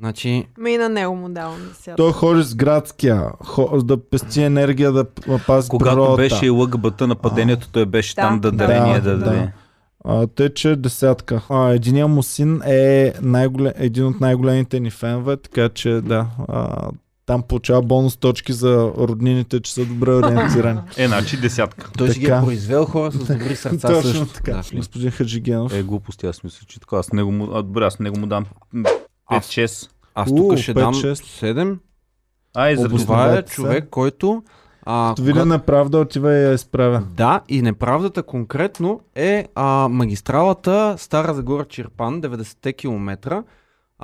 Значи, Ми и на него му давам десятка. Той ходи с градския. Хо, да пести енергия, да п- пази Когато природата. беше и лъгбата на падението, той беше Да, там да да, дарение да, да, даде. да. А, тъй, че десятка. А, единия му син е най-голем, един от най-големите ни фенове, така че да. А, там получава бонус точки за роднините, че са добре ориентирани. Е, значи десятка. той си ги е Така. произвел хора с добри сърца Точно също. така. Да, Флинт. Господин Хаджигенов. Е, глупости, аз мисля, че така. Аз него му, а, добре, аз него му дам м, Аз- 5-6. Аз У, тук ще пет, дам шест. 7. Ай, за Обосновано. това. Това е Познавате се. човек, който... А, Като видя когато- неправда, отива и я изправя. Да, и неправдата конкретно е а, магистралата Стара Загора Чирпан, 90-те километра.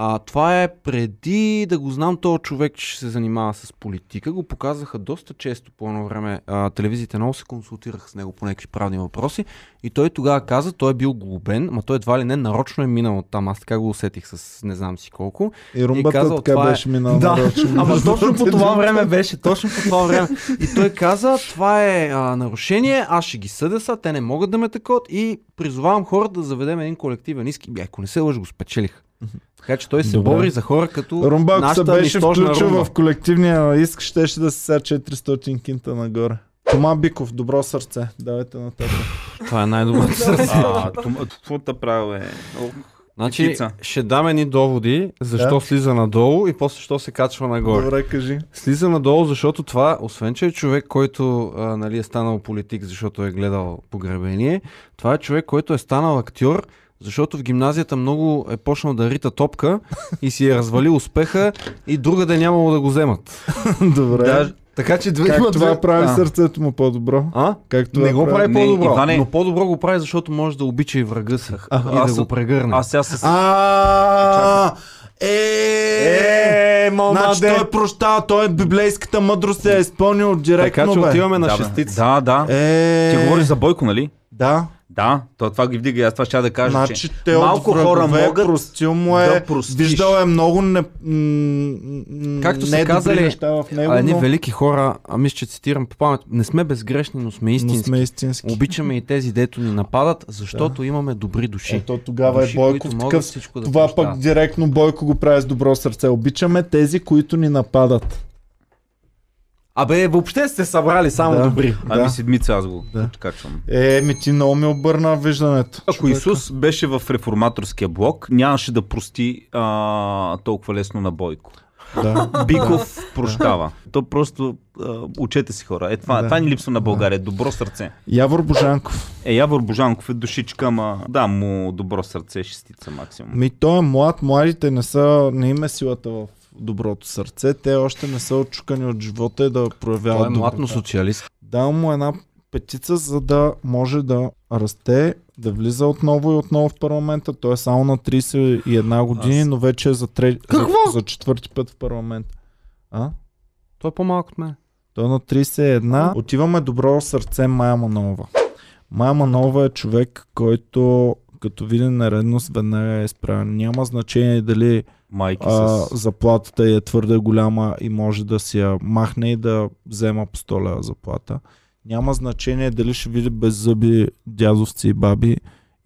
А, това е преди да го знам, този човек че ще се занимава с политика. Го показаха доста често по едно време. А, телевизиите много се консултирах с него по някакви правни въпроси. И той тогава каза, той е бил глобен, ма той едва ли не нарочно е минал оттам. Аз така го усетих с не знам си колко. И румбата казал, така това е- беше минала. нарочно. ама точно по това време беше, точно по това време. И той каза, това е а, нарушение, аз ще ги съдя са, те не могат да ме такот и призовавам хората да заведем един колективен иск. И бе, ако не се лъжа, го спечелих. Така че той се Добре. бори за хора като Румба, ако се нашата беше нищожна включил румба. в колективния иск, щеше да се са 400 кинта нагоре. Тома Биков, добро сърце. Давайте нататък. Това е най-доброто сърце. А, твоята правил е. О, Значи, Птица. ще дам едни доводи, защо Да. слиза надолу и после защо се качва нагоре. Добре, кажи. Слиза надолу, защото това, освен че е човек, който а, нали, е станал политик, защото е гледал погребение, това е човек, който е станал актьор, защото в гимназията много е почнал да рита топка и си е развалил успеха и друга да нямало да го вземат. Добре. Да, Така че две има как две- това прави а. сърцето му по-добро? А? Как това Не го прави Не, по-добро, Иване. но по-добро го прави, защото може да обича и врага си и аз- да го прегърне. аз сега с... А, е, значи младе. той е прощава, той е библейската мъдрост я е изпълнил така директно, че бе. отиваме на да, бе. шестица. Да, да. Е, Ти говориш за Бойко, нали? Да, Да, то това ги вдига и аз това ще да кажа, значи че те малко от хора врагове, могат простил му е, да простиш. виждал е много не, м- м- Както са недобри казали, неща в него, А едни но, велики хора, а мисля, че цитирам по памет, не сме безгрешни, но сме но истински. сме истински. Обичаме и тези, дето ни нападат, защото имаме добри души. Ето тогава е Души, които Бойков могат такъв. всичко да Това пък прощават. директно Бойко го прави с добро сърце. Обичаме тези, които ни нападат. Абе, въобще сте събрали само Да. добри. Ами да. седмица аз го Да. качвам. Е, ми ти много ми обърна виждането. Ако Исус беше в реформаторския блок, нямаше да прости а, толкова лесно на Бойко. Да. Биков прощава. То просто а, учете си хора. Е, това, Да. това ни липсва на България. Добро сърце. Явор Божанков. Е, Явор Божанков е душичка, ама да, му добро сърце, шестица максимум. Ми той е млад, младите не са, не има силата в доброто сърце. Те още не са отчукани от живота и да проявяват Той е млад, доброта. но социалист. Давам му една петица, за да може да расте, да влиза отново и отново в парламента. Той е само на 31 години, Аз- но вече е за, тре... Какво? за, за четвърти път в парламента. А? Той е по-малък от мен. Той е на 31. Отиваме добро сърце Майя Манова. Майя Манова е човек, който като види наредност, веднага е изправен. Няма значение дали Майки а, с... заплатата й е твърде голяма и може да си я махне и да взема по 100 лева заплата. Няма значение дали ще види беззъби дядовци и баби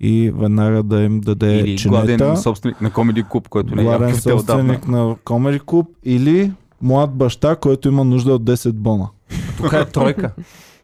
и веднага да им даде Или чинета. гладен собственик на Comedy Club, който не е Гладен в кафе отдавна. собственик на Комери Клуб или млад баща, който има нужда от 10 бона. Тук е тройка.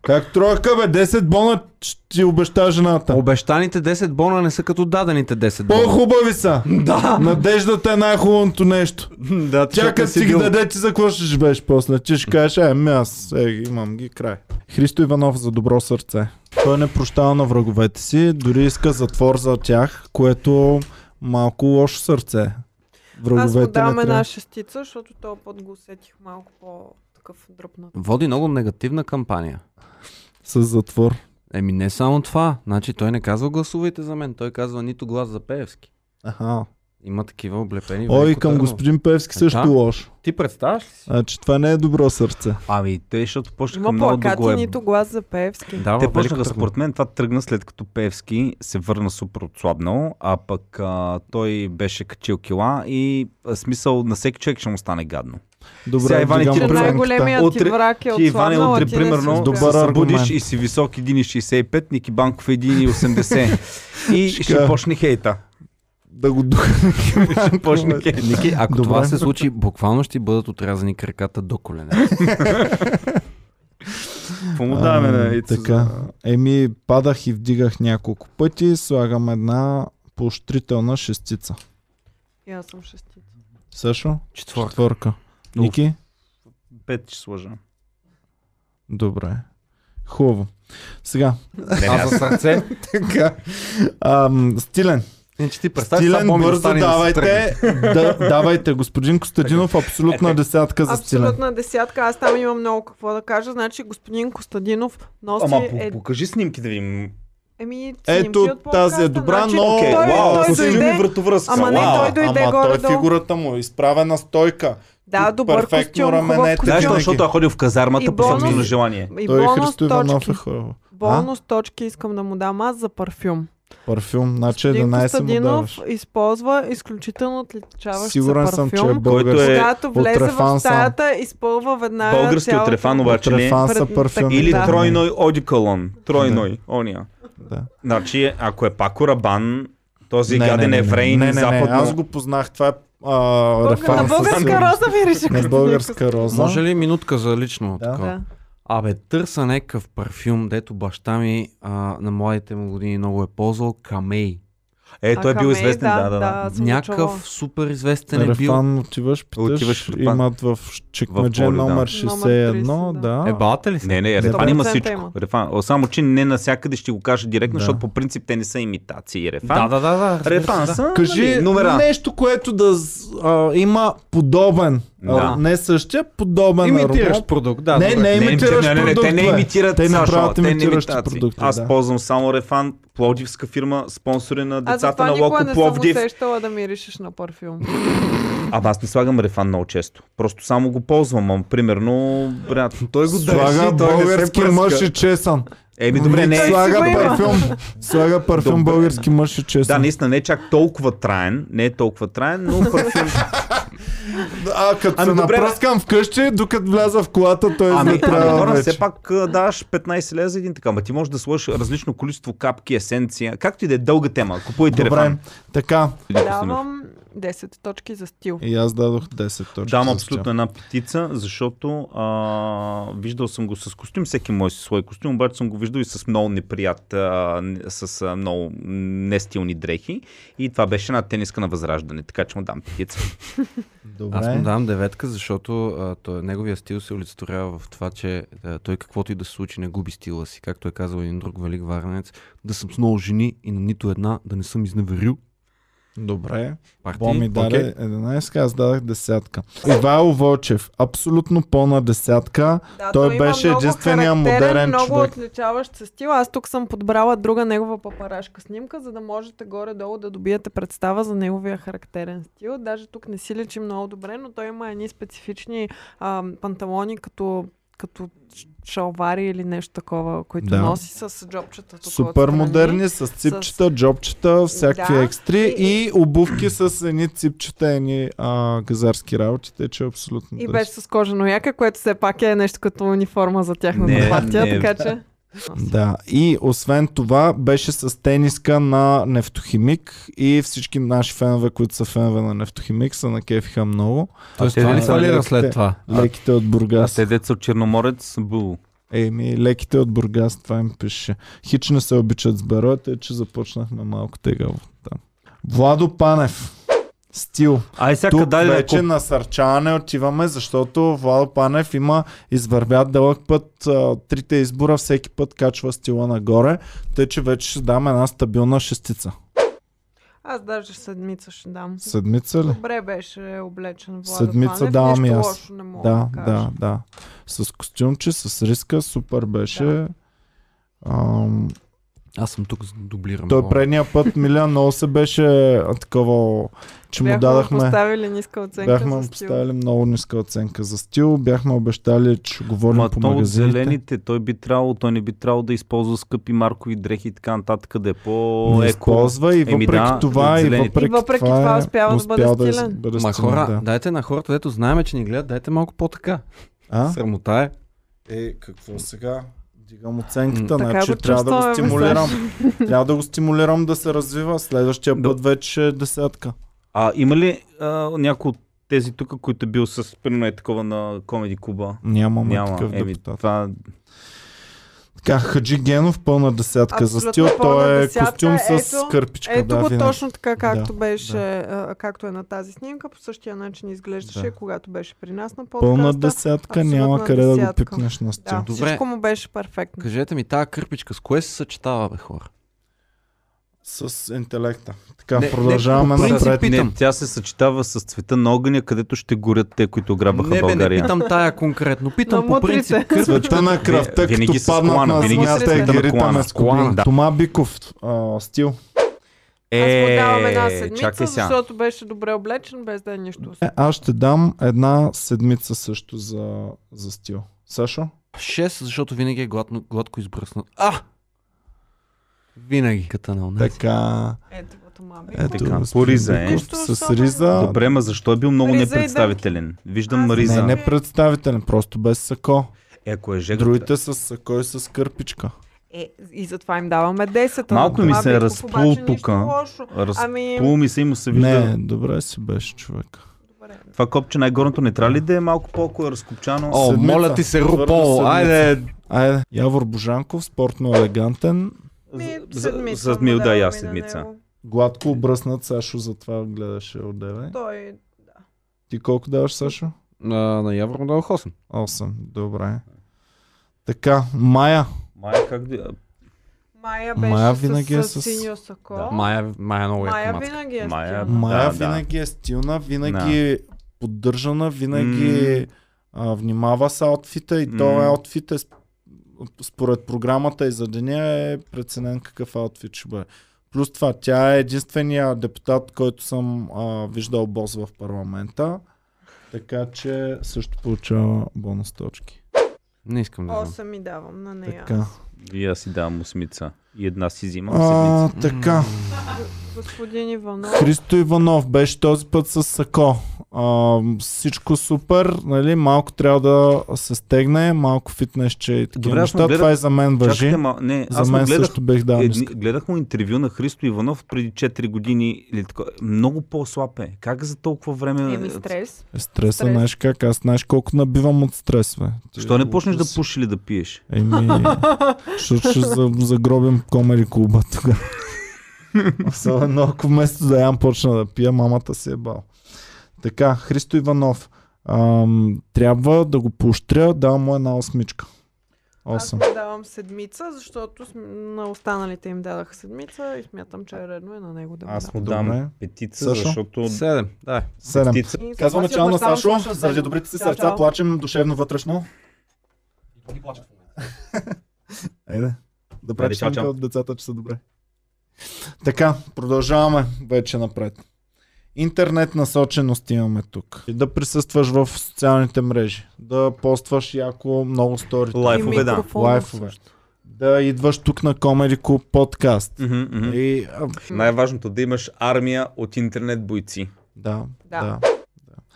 Как тройка, бе? 10 бона ще ти обеща жената. Обещаните 10 бона не са като дадените 10 бона. По-хубави са! Да! Надеждата е най-хубавото нещо. Да, Тя като ти ги даде, ти за какво ще живееш после? Ти ще кажеш, е, ми аз е, ги имам ги, край. Христо Иванов за добро сърце. Той не прощава на враговете си, дори иска затвор за тях, което малко лошо сърце. Аз Враговете му не давам една трябва. шестица, защото този път го усетих малко по-такъв дръпнат. Води много негативна кампания. С затвор. Еми не само това. Значи той не казва гласувайте за мен. Той казва нито глас за Пеевски. Аха. Има такива облепени. Ой, велико към дърво. господин Певски Е, също да. лош. Ти представяш ли си? Значи това не е добро сърце. Ами, те, защото почнаха Има много да плакати, го е... нито глас за Е, Певски. Да, Те във Велико почнаха Търново. според мен, това тръгна след като Певски се върна супер отслабнал, а пък а, той беше качил кила и а, смисъл на всеки човек ще му стане гадно. Добре, Сега, Иване, вдигам ти Че е пръстенката. най-големият ти Утре- враг е Ти, Иване, отслабнал, а утре, ти не си примерно, успял. Добър се аргумент. будиш и си висок 1,65, Ники Банков 1,80 и ще Шка. почне хейта. Да го духам. Ще почне хейта. Ники, ако Добре. това се случи, буквално ще ти бъдат отрязани краката до колене. Какво му даваме на яйца за- Така. Еми, падах и вдигах няколко пъти. Слагам една поощрителна шестица. И аз съм шестица. Също? Четвърт. Четворка. Уф. Ники? Пет ще сложа. Добре. Хубаво. Сега. А за сърце? Така. Ам, стилен. Не, че ти представяш Стилен, само ми бързо остане да се тръгне. давайте. Да, давайте. Господин Костадинов, абсолютна десятка за стилен. Абсолютна десятка. Аз там имам много какво да кажа. Значи господин Костадинов носи... Ама е... по- покажи снимки да видим. Еми, снимки Ето от тази е подкаста. добра, Значи, но... Окей, той- вау, той Костадин дойде- и вратовръзка. Ама не, вау. той дойде ама той горе-долу. фигурата му, изправена стойка. Да, добър Перфектно костюм, раменете. хубав Знаеш, Винаги. ли, костюм. защото е ходил в И казармата по бонус. собствено желание. И Той и бонус Христо Иванов точки. е хубаво. Бонус точки искам да му дам аз за парфюм. Парфюм, значи Господин 11 му Костадинов даваш. използва изключително отличаващ се Сигурен съм, парфюм. че е който български. е Когато влезе в Отрефан сам. стаята, изпълва веднага Български цялото- отрефан обаче ли? е? Трефан са Пред- парфюм. Или Да. тройной одиколон. Тройной, ония. Да. Значи, ако е пако рабан, този Не, не, гаден не, е не. врейн Не, не, не, западно. Аз го познах, това е а, Българ- На рефан със българска сигурност. роза мирише. На Костадинов. българска роза. Може ли минутка за лично? Да. такова? Да. Абе, търса някакъв парфюм, дето баща ми а, на младите му години много е ползвал. Камей. Е, той е бил Акаме, известен, да, да, да. аз Ами, съм го чувала. Някакъв супер известен е бил. Рефан отиваш, питаш, Отиваш в Рефан. имат в чекмедже В Боли, да. номер Номер 61, 30, да. Е, баата ли си? Не, не, Рефан 100% има всичко. има. Рефан. О, само, че не навсякъде ще го кажа директно, Да. защото по принцип те не са имитации. Рефан. Да, да, да, да. разбира Рефан се, да. са. Кажи нали, номера. нещо, което да з- а, има подобен, а, Да. не същия, подобен Имитираш аромат. продукт, да. не, добре. не, Не, имитираш не, не, не, продукт, те не бе. имитират Те Сашо, направят те не имитиращи имитации. продукти, Аз да. ползвам само Рефан, пловдивска фирма, спонсори на Аз за децата това на Локо никога не съм Пловдив. усещала да миришеш на парфюм. Ама аз не слагам Рефан много често. Просто само го ползвам. Ам, примерно, брат, той го Слага български мъж и чесън. Еми, добре, не е си го Ами, Слага има. парфюм. Слага парфюм Добре. български мъж и Да, чесън. наистина не е чак толкова траен, не е толкова траен, но парфюм. А, като Ами се добре, напръскам вкъщи, докато вляза в колата, той Ами, ами, ами трябва Горан, вече. все пак а, даваш 15 лева за един така, ама ти можеш да сложиш различно количество капки, есенция, както и да е дълга тема. Купуйте Добре, рефан. така. Давам 10 точки за стил. И аз дадох 10 точки. Дам за абсолютно една петица, защото а, виждал съм го с костюм, всеки може си свой костюм, обаче съм го виждал и с много неприят, а, н- с а, много нестилни дрехи. И това беше една тениска на възраждане, така че му дам петица. стил. Добре. Аз му давам деветка, защото а, той, неговия стил се олицетворява в това, че а, той каквото и да се случи не губи стила си. Както е казал един друг велик варнец, да съм с много жени и на нито една да не съм изневерил. Добре. Парти, Бо ми даде окей. 11, аз дадах десятка. Ивайло Вълчев, абсолютно пълна десятка. Да, Той има беше много единствения характерен, модерен много човек. отличаващ се стил. Аз тук съм подбрала друга негова папарашка снимка, за да можете горе-долу да добиете представа за неговия характерен стил. Даже тук не си личи много добре, но той има едни специфични а, панталони, като, като шалвари или нещо такова, които Да. носи с джобчета. тук Супер отстрани. модерни, с ципчета, джобчета, всякакви Да. екстри И- и, обувки с едни ципчета, едни а, газарски работи, те че е абсолютно И да беше с кожено яка, което все пак е нещо като униформа за тяхната Не, партия, не. така че... Да, и освен това беше с тениска на Нефтохимик и всички наши фенове, които са фенове на Нефтохимик, са накефиха много. Тоест, те Е, това Е, дали не са фалира леките? след това. Леките от А Бургас. те деца от Черноморец, бу. Еми, леките от Бургас, това им пише. Хич не се обичат с бероята, е, че започнахме малко тегаво там. Владо Панев. Стил. Ай, сега Тук даде вече насърчаване отиваме, защото Владо Панев има извървя дълъг път а, трите избора, всеки път качва стила нагоре, тъй че вече ще дам една стабилна шестица. Аз даже седмица ще дам. Седмица ли? Добре беше облечен Владо Седмица Панев. давам и Нищо аз. лошо не мога Да, да, кажа. да, да. С костюмче, с риска, супер беше. Да. Ам, Аз съм тук за да дублирам. Той много. предния път, Милян, много се беше а, такова, че му Бяхме дадахме... поставили ниска оценка Бяхме за му стил. поставили много ниска оценка за стил, бяхме обещали, че ще говорим Ма по то от магазините. зелените, той би трябвало, той не би трябвало да използва скъпи маркови дрехи и така нататък, да е не по-еко. използва и Еми въпреки да, това, от и зелените. въпреки, И въпреки това е успява да успял бъде да стилен. бъде Ма стилен, хора, да. дайте на хората, дето знаеме, че ни гледат, дайте малко по-така. А? Срамота е. Е, какво сега? Дигам оценката, Така значи го трябва да го чувстваме, стимулирам. трябва да го стимулирам да се развива. Следващия До- път вече ще е десятка. А има ли а, някой от тези тук, които е бил с, примерно, е такова на Комеди Куба? Нямаме Няма. такъв Еми, депутат. това... Така, Хаджи Генов, пълна десятка за Абсолютно стил. пълна Той е десятка. костюм с Ето- кърпичка. Ето да, го винаги. точно така, както Да, беше, а, както е на тази снимка, по същия начин изглеждаше, Да. когато беше при нас на подкаста. Пълна десятка, няма абсолютна къде да го десятка. пипнеш на стил. Да, Добре. всичко му беше перфектно. Кажете ми, тая кърпичка с кое се съчетава, бе, хора? С интелекта. Така, Не, не, продължаваме по принцип напред. Питам. Не, тя се съчетава с цвета на огъня, където ще горят те, които грабаха не, бе, не България. питам тая конкретно. Питам по мутрите. принцип Цвета на кръвта, Винаги като с паднат колана, на винаги с земята е и цвета на ги колана. ритаме с колана. Колана, да. Тома Биков, а, стил. Аз му давам една Е, седмица, чакай сега. защото беше добре облечен, без да е нищо. Е, аз ще дам една седмица също за, за стил. Сашо? 6, защото винаги е гладно, гладко избръснат. А! Винаги като на унази. Така. Ето, като Е, маби. Ето, Е, Така, господин пориза е. Биков Нищо С особено. риза. Добре, ма защо е бил много Риза и дънки. непредставителен? Виждам Аз- Не, Риза. не представителен, просто без сако. Е, ако е жегата. Другите с сако и с кърпичка. Е, и затова им даваме 10. а Малко на ми Тома се е Биков разплул обаче нищо тука. лошо. Раз... Ами, Плу ми се има се вижда. Не, добре си беше човек. добре. Това копче най-горното не трябва ли да е малко по-ако е разкопчано? О, Седмица. моля ти се, Твърда Рупол, седмица. айде! Айде, е, Явор Божанков, спортно елегантен, Ми, За- Ами, седмица за му Мил да даваме я на седмица. него. гладко обръснат, Сашо затова гледаше отдеве. Той Ти колко даваш, Сашо? На, на Явро му дадох 8. 8, добре. Така, Мая, Май, как да... Мая беше Мая винаги винаги е с, с- с... синьо сако. Да. Мая, Мая много е Мая Мая винаги е Мая- Мая... Мая Да, да. винаги е стилна, винаги е поддържана, винаги е, а, внимава с аутфита и М. този аутфит е сп- според програмата и за деня е преценен какъв аутфит ще бъде. Плюс това, тя е единствения депутат, който съм а, виждал бос в парламента, така че също получава бонус точки. Не искам да знам. 8 ми давам на нея. Така. И аз си давам осмица. И една си взимам седмица. А, така. Господин Иванов. Христо Иванов беше този път с сако. А, всичко супер, нали? Малко трябва да се стегне, малко фитнес, че и такива Добре, аз му неща. гледах- Това и за мен въжи. Чакайте, ма... не, аз за мен му гледах, също бех дал едни... ниска. гледах му интервю на Христо Иванов преди 4 години. Или тако... Много по-слаб е. Как за толкова време... Еми стрес. е Стреса, Стрес. знаеш как? Аз знаеш колко набивам от стрес, бе. Ти Що не почнеш да ужас. пушиш или да пиеш? Еми, защото ще за- загробим комери клуба тогава. Особено ако вместо да ям почна да пия, мамата се е бал. Така, Христо Иванов. Ам, трябва да го поощря, давам му една осмичка. Аз му Осем. давам седмица, защото см- на останалите им дадах седмица и смятам, че е редно и на него да му Аз му Добре. дам петица, Сашо? защото... 7, да. Седем. Петица. дам. И Казваме затова си чао на обещавам Сашо, също заради седмица. добрите си Чао, сърца чао. плачем душевно вътрешно. Айде, да Айде, чао, пречим чао. от децата, че са добре. Така, продължаваме вече напред. Интернет насоченост имаме тук. И да присъстваш в социалните мрежи. Да постваш яко много стори. И Лайфове, да. микрофона Лайфове. също. Да идваш тук на Comedy Club подкаст. Мгм, мгм. И, а, Най-важното е да имаш армия от интернет бойци. да, да. Да. да.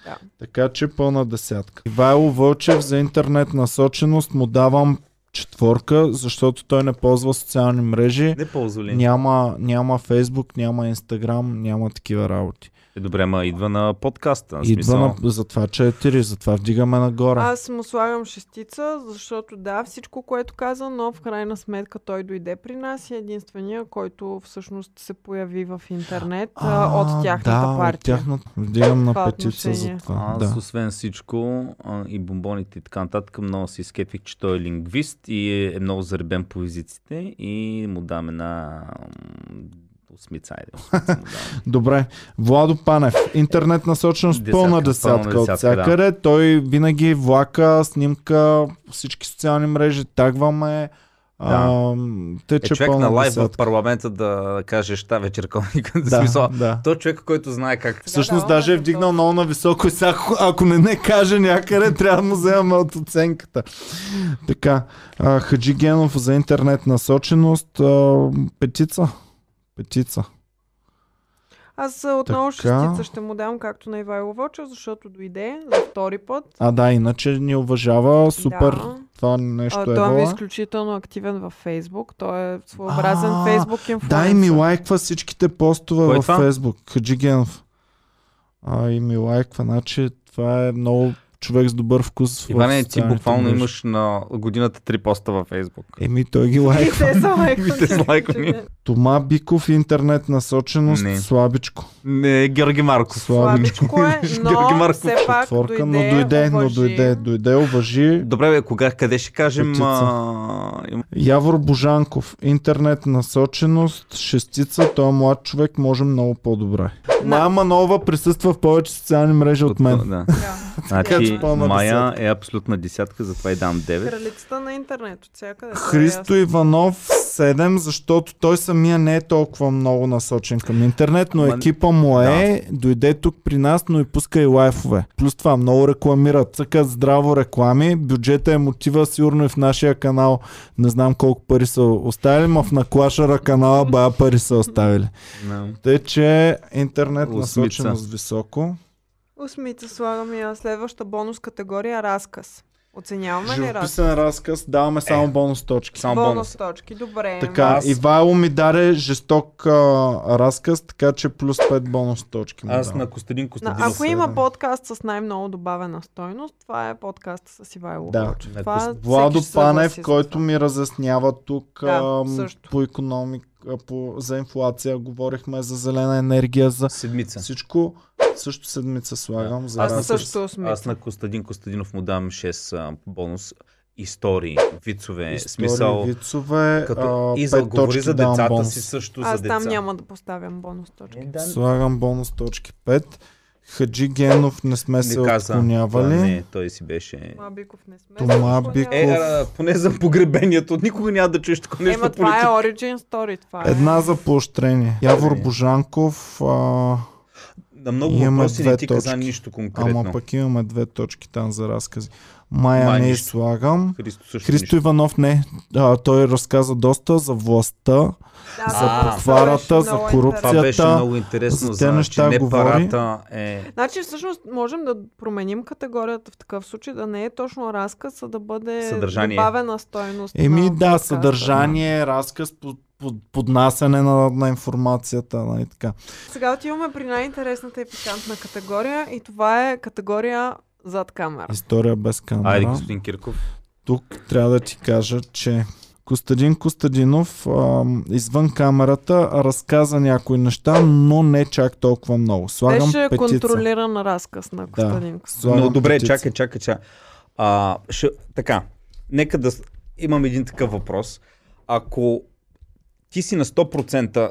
Да. Така че пълна десятка. Ивайло Вълчев за интернет насоченост му давам четворка, защото той не ползва социални мрежи. Не ползва ли? Няма, няма Facebook, няма Instagram, няма такива работи. Е, добре, ма идва на подкаста. в Идва Смисъл... на, затова 4, затова вдигаме нагоре. Аз му слагам шестица, защото да, всичко, което каза, но в крайна сметка той дойде при нас и е единствения, който всъщност се появи в интернет а, от тяхната да, От партия. тяхната... Вдигам на Това петица за отношение. това. Аз, Да. освен всичко, а, и бомбоните и така нататък, много се изкефих, че той е лингвист и е много заребен по езиците и му дам една м, осмица. Айде, осмица му дам. Добре. Владо Панев. Интернет насоченост Десятка, пълна пълна десятка от десятка, всякъде. Той винаги влака, снимка, всички социални мрежи, тагваме. А, тъй, Е, че човек пълна на лайв в десятка. парламента да кажеш та вечер коника. Да. Да, Смисъл, да. то човек, който знае как. Всъщност да, даже е да, вдигнал много нависоко и сега, ако- ако не не каже някъде, трябва да му вземаме от оценката. Така, а, Хаджи Генов за интернет насоченост, а, петица. Петица. Аз а, отново Така. шестица ще му дам, както на Ивайло Вълчев, защото дойде за втори път. А да, иначе ни уважава, супер, Да. това нещо А, е той ми е вала. изключително активен във Фейсбук. Той е своеобразен А, Фейсбук инфлуенсър. Да, и ми лайква всичките постове Кой е във това? Фейсбук. Хаджи Генов. А, и ми лайква, значи това е много човек с добър вкус. в Иване, ти социалните буквално мрежи. имаш на годината три поста във Фейсбук. Еми, той ги И лайква. те са И те са лайкани. лайкани. Тома Биков, интернет насоченост, Не. слабичко. Не, Георги Марков. Слабичко. Слабичко е, Георги но Марков все пак Отворка, дойде, но дойде, но уважи. дойде, дойде, уважи. Добре, бе, кога, къде ще кажем... Петица. А... им- Явор Божанков, интернет насоченост, шестица, той е млад човек, може много по-добре. На- Мая Манова присъства в повече социални мрежи от мен. Да. Да. Така Значи, че пълна Майя десятка. е абсолютна десятка, затова и дам 9. Кралицата на интернет от всякъде. това е Е. Христо Иванов 7, защото той самия не е толкова много насочен към интернет, но Ама- екипа му е, дойде тук при нас, но и пуска и лайфове. Плюс това много рекламира, цъкат здраво реклами, бюджета е мотива сигурно и в нашия канал. Не знам колко пари са оставили, но в наклашара канала бая пари са оставили. Тъй, че интернет Осмица. насоченост високо. Осмица слагам и аз. следваща бонус категория разказ. Оценяваме ли разказ? Е. Живописен разказ, даваме само бонус точки. Само бонус, бонус. точки, добре. Така, Аз- Ивайло ми даде жесток а, разказ, така че плюс 5 бонус точки. Му Аз давам. на Костадин На, Костадинов. ако има подкаст с най-много добавена стойност, това е подкаст с Ивайло. Да. Вълчев. На Това Кост- всеки Владо ще се Панев, съгласи с който това. ми разяснява тук Да, ам, също. по економик, а, по, за инфлация, говорихме за зелена енергия, за Седмица. всичко. Също седмица слагам за Аз разказ. също осмица. Аз на Костадин Костадинов му дам 6 а, бонус. Истории, вицове, Истории, Е, смисъл. вицове, Като, а, и за пет говори точки за давам децата бонус. си също Аз за деца. там няма да поставям бонус точки. Е, да, Слагам бонус точки 5. Хаджи Генов не сме се не каза. Да, отклонявали. не, е той си беше. Мабиков не сме. Тома Биков Биков. Е, няма. а, поне за погребението. Никога няма да чуеш такова нещо. Ема в това е политика. origin story, това е. Една за поощрение. Явор Добре. Божанков. А... На много Имаме въпроси две не ти каза точки. нищо конкретно. Ама пък имаме две точки там за разкази. Мая Май не нищо. слагам. Христо също Христо нищо. Иванов не. А, той разказа доста за властта, Да, за това беше похварата, за много корупция. интересно. Това беше Цията, много интересно, за за, те че неща не говори. парата е... Значи всъщност можем да променим категорията в такъв случай, да не е точно разказ, а да бъде Съдържание. добавена стойност. Еми на да, подкаста. съдържание, разказ, под, под, поднасяне на, на информацията. Нали, така. Сега отиваме при най-интересната и пикантна категория и това е категория зад камера. История без камера. Айде, господин Кирков. Тук трябва да ти кажа, че Костадин Костадинов ам, извън камерата разказа някои неща, но не чак толкова много. Слагам Беше петица. контролиран разказ на Костадин. Слагам Но добре, петица. чакай, чакай, чакай. А, ще, така, нека да... с- Имам един такъв въпрос. Ако ти си на 100%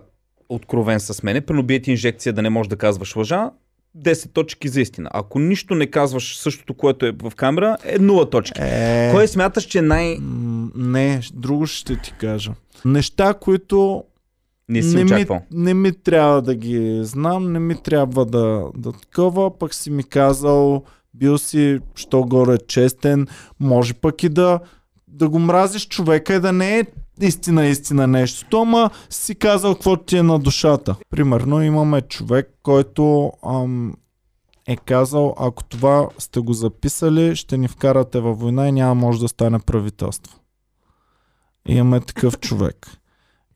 откровен с мене, прено бие ти инжекция да не можеш да казваш лъжа, 10 точки за истина. Ако нищо не казваш същото, което е в камера, е 0 точки. Е... Кой смяташ, че най... М, Не, ш- друго ще ти кажа. Неща, които Не си не, ми, очаквал? не ми трябва да ги знам, не ми трябва да, да такова, пък си ми казал, бил си, що горе честен, може пък и да, да го мразиш човека и да не е истина, истина нещо. Ама си казал какво ти е на душата. Примерно имаме човек, който ам, е казал, ако това сте го записали, ще ни вкарате във война и няма може да стане правителство. И Имаме такъв човек.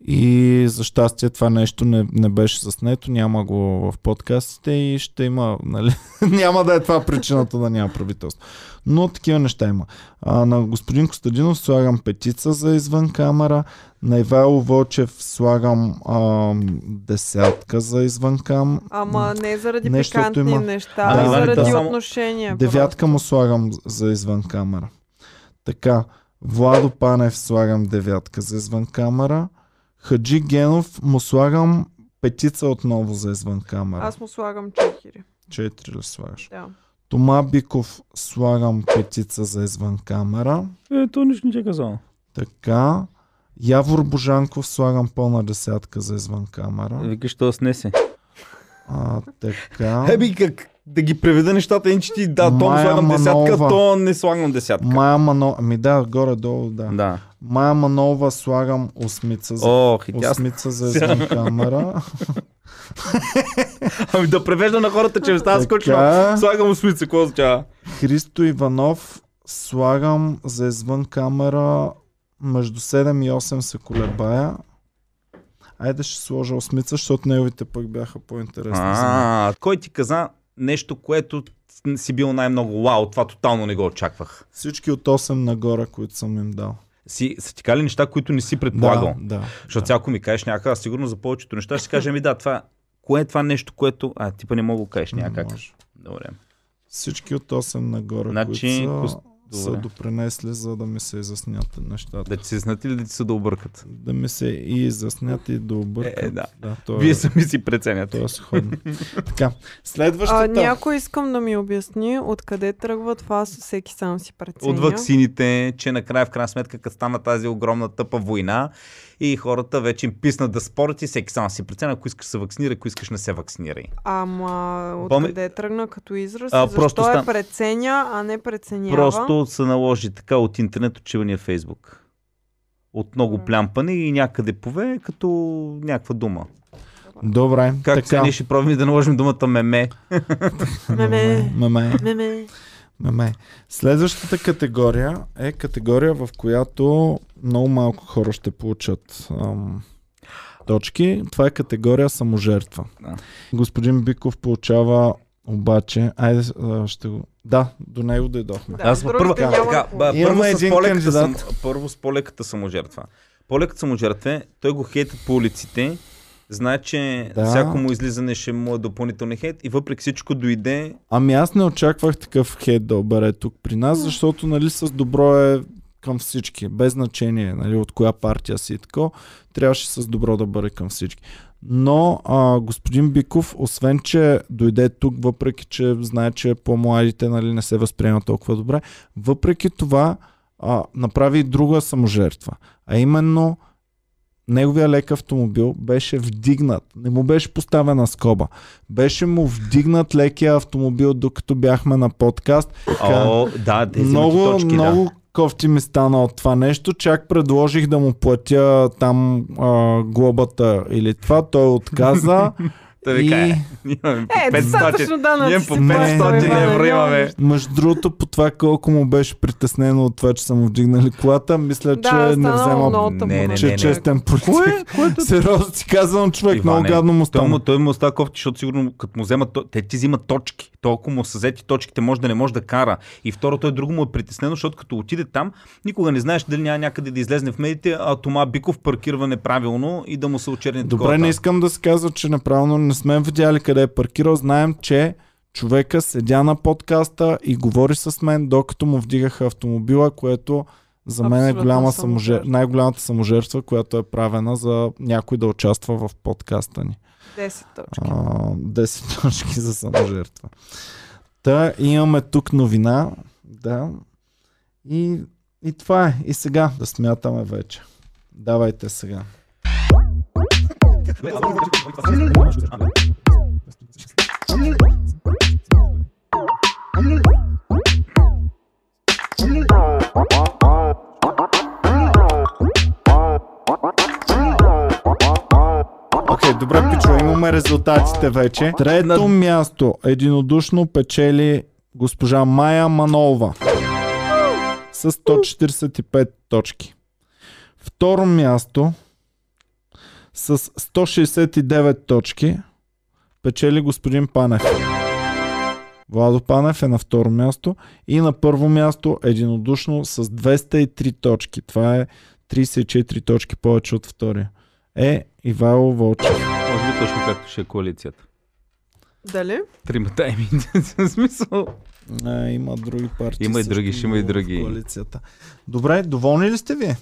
И за щастие това нещо не, не беше заснето, няма го в подкастите и ще има, нали? няма да е това причината да няма правителство. Но такива неща има. А, на господин Костадинов слагам петица за извън камера, на Ивайло Вълчев слагам а, десятка за извън кам. Ама не заради Нещото пикантни има. неща, Да, а Иване, заради да. отношения. Девятка му слагам за извън камера. Така, Владо Панев слагам девятка за извън камера. Хаджи Генов му слагам петица отново за извън камера. Аз му слагам чехири. Четири ли слагаш? Да. Тома Биков слагам петица за извън камера. Е, то нищо не ти е казал. Така. Явор Божанков слагам пълна десятка за извън Е, камера. Викаш, то снесе. А, така. Е, Еби, как да ги преведа нещата, иначе ти да, то му Мая слагам десятка, Манолова. то не слагам десятка. Майя Манова. Ми Ами да, горе-долу, да. Да. Майя Манова слагам осмица за, Ох, и тя... осмица за извън камера. Ами да превежда на хората, че ми става скучно. Така. Слагам усмица, какво означава? Христо Иванов слагам за извън камера между 7 и 8 се колебая. Айде ще сложа осмица, защото неговите пък бяха по-интересни. за мен. А, А, кой ти каза нещо, което си бил най-много вау, това тотално не го очаквах. Всички от 8 нагоре, които съм им дал. си, са ти кали неща, които не Е, си предполагал. Да, да. Защото сега, ако ми кажеш някак, аз сигурно за повечето неща ще си ами кажа, ми да, това, кое е това нещо, което... А, типа не мога да го кажеш Не някак. може. Добре. Всички от 8 нагоре, Значи, които са, кос- са добре. допринесли, за да ми се изяснят нещата. Да ти се знат или да ти се да объркат? Да ми се и изяснят и да объркат. Е, е, да. да то е- Вие сами си преценяте. то е сходно. така, следващата. А, някой искам да ми обясни откъде тръгва това, с- всеки сам си преценя. От ваксините, че накрая в крайна сметка, като стана тази огромна тъпа война и хората вече им писнат да спорят и всеки сам си преценя, ако искаш се вакцинира, ако искаш не се вакцинирай. Ама Боми- откъде тръгна като израз? А, А, защо просто просто е стан- преценя, а не преценява? Просто се наложи така от интернет отчивания Фейсбук. От много Мгм. плямпане и някъде пове като някаква дума. Добре, Как така. така ние ще пробваме да наложим думата меме? Меме. Меме. Меме. Меме. Следващата категория е категория, в която много малко хора ще получат ам, точки. Това е категория саможертва. Да. Господин Биков получава обаче... Айде, а, ще го... Да, до него дойдохме. Да, Аз другите първа- няма Така, какво. ба, Имаме първо, с един полеката съм, кандидат. първо с полеката саможертва. Полекът саможертве, той го хейтат по улиците, знае, че Да. всяко му излизане ще му е допълнителен хейт и въпреки всичко дойде Ами аз не очаквах такъв хейт да обере тук при нас, защото нали с добро е към всички, без значение нали, от коя партия си и тако, трябваше с добро да бъде към всички. Но а, господин Биков, освен че дойде тук, въпреки че знае, че по-младите нали, не се възприема толкова добре, въпреки това а, направи и друга саможертва. А именно неговия лек автомобил беше вдигнат. Не му беше поставена скоба. Беше му вдигнат лекия автомобил, докато бяхме на подкаст. О, да, тези много, много, точки, много да. кофти ми стана от това нещо. Чак предложих да му платя там а, глобата или това. Той отказа. Той ви и... кае. имаме Е, 500. достатъчно данъци. Ние по си е плащаме, 500 нали? Иване, евро няма имаме. нищо. Между другото, по това колко му беше притеснено от това, че са му вдигнали колата, мисля, Да, че не стана взема много Не, тъпо. не, не, че е не. честен Кое? политик. Което... Сериозно ти казвам, човек, Иване, много гадно му Той стана. му, той му остава кофти, защото сигурно като му вземат, то- те ти взимат точки. Толкова му са взети точките, може да не може да кара. И второ, той друго му е притеснено, защото като отиде там, никога не знаеш дали няма някъде да излезне в медиите, а Тома Биков паркирва неправилно и да му се очерни Добре, не искам да се казва, че направилно не сме видяли къде е паркирал. Знаем, че човека седя на подкаста и говори с мен, докато му вдигаха автомобила, което за мен е Абсолютна голяма саможер... саможертва. най-голямата саможертва, която е правена за някой да участва в подкаста ни. 10 точки. А, 10 точки за саможертва. Та имаме тук новина. Да. И, и това е. И сега да смятаме вече. Давайте сега. Окей, okay, добре, пичо, имаме резултатите вече. Трето място единодушно печели госпожа Майя Манолова с 145 точки. Второ място с 169 точки печели господин Панев. Владо Панев е на второ място и на първо място единодушно с 203 точки. Това е 34 точки повече от втория. Е Ивайло Волчев. Може би точно както ще е коалицията. Дали? Тримата еми, в смисъл. А, има други партии. Има и също други, ще има и много в други. Коалицията. Добре, доволни ли сте вие?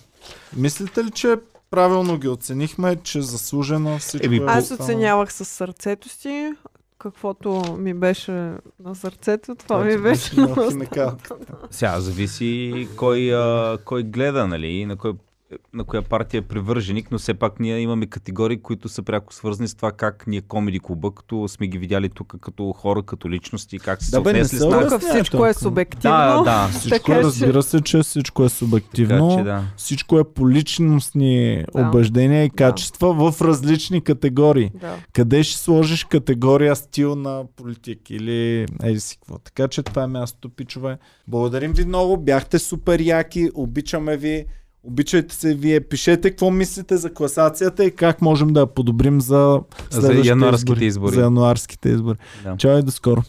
Мислите ли, че правилно ги оценихме, че заслужено всичко Еми, е по- Аз останало? оценявах със сърцето си. Каквото ми беше на сърцето, това ми Което ами беше на на химикалката. Сега, зависи кой, а, кой гледа, нали, и на кой на коя партия е привърженик, но все пак ние имаме категории, които са пряко свързани с това как ние комеди клуба, като сме ги видяли тук като хора, като личности, как са се Да, бе, не отнесли се с нас. Тук всичко е субективно. Да, да, Всичко, така е, че- разбира се, че всичко е субективно. Така че да. Всичко е по личностни Да. убеждения и качества в различни категории. Да. Къде ще сложиш категория стил на политик или еди си какво. Така че това е мястото, пичове. Благодарим ви много, бяхте супер яки, обичаме ви, обичайте се вие, пишете какво мислите за класацията и как можем да я подобрим за, следващите януарските избори. За януарските избори. Да. Чао и до скоро.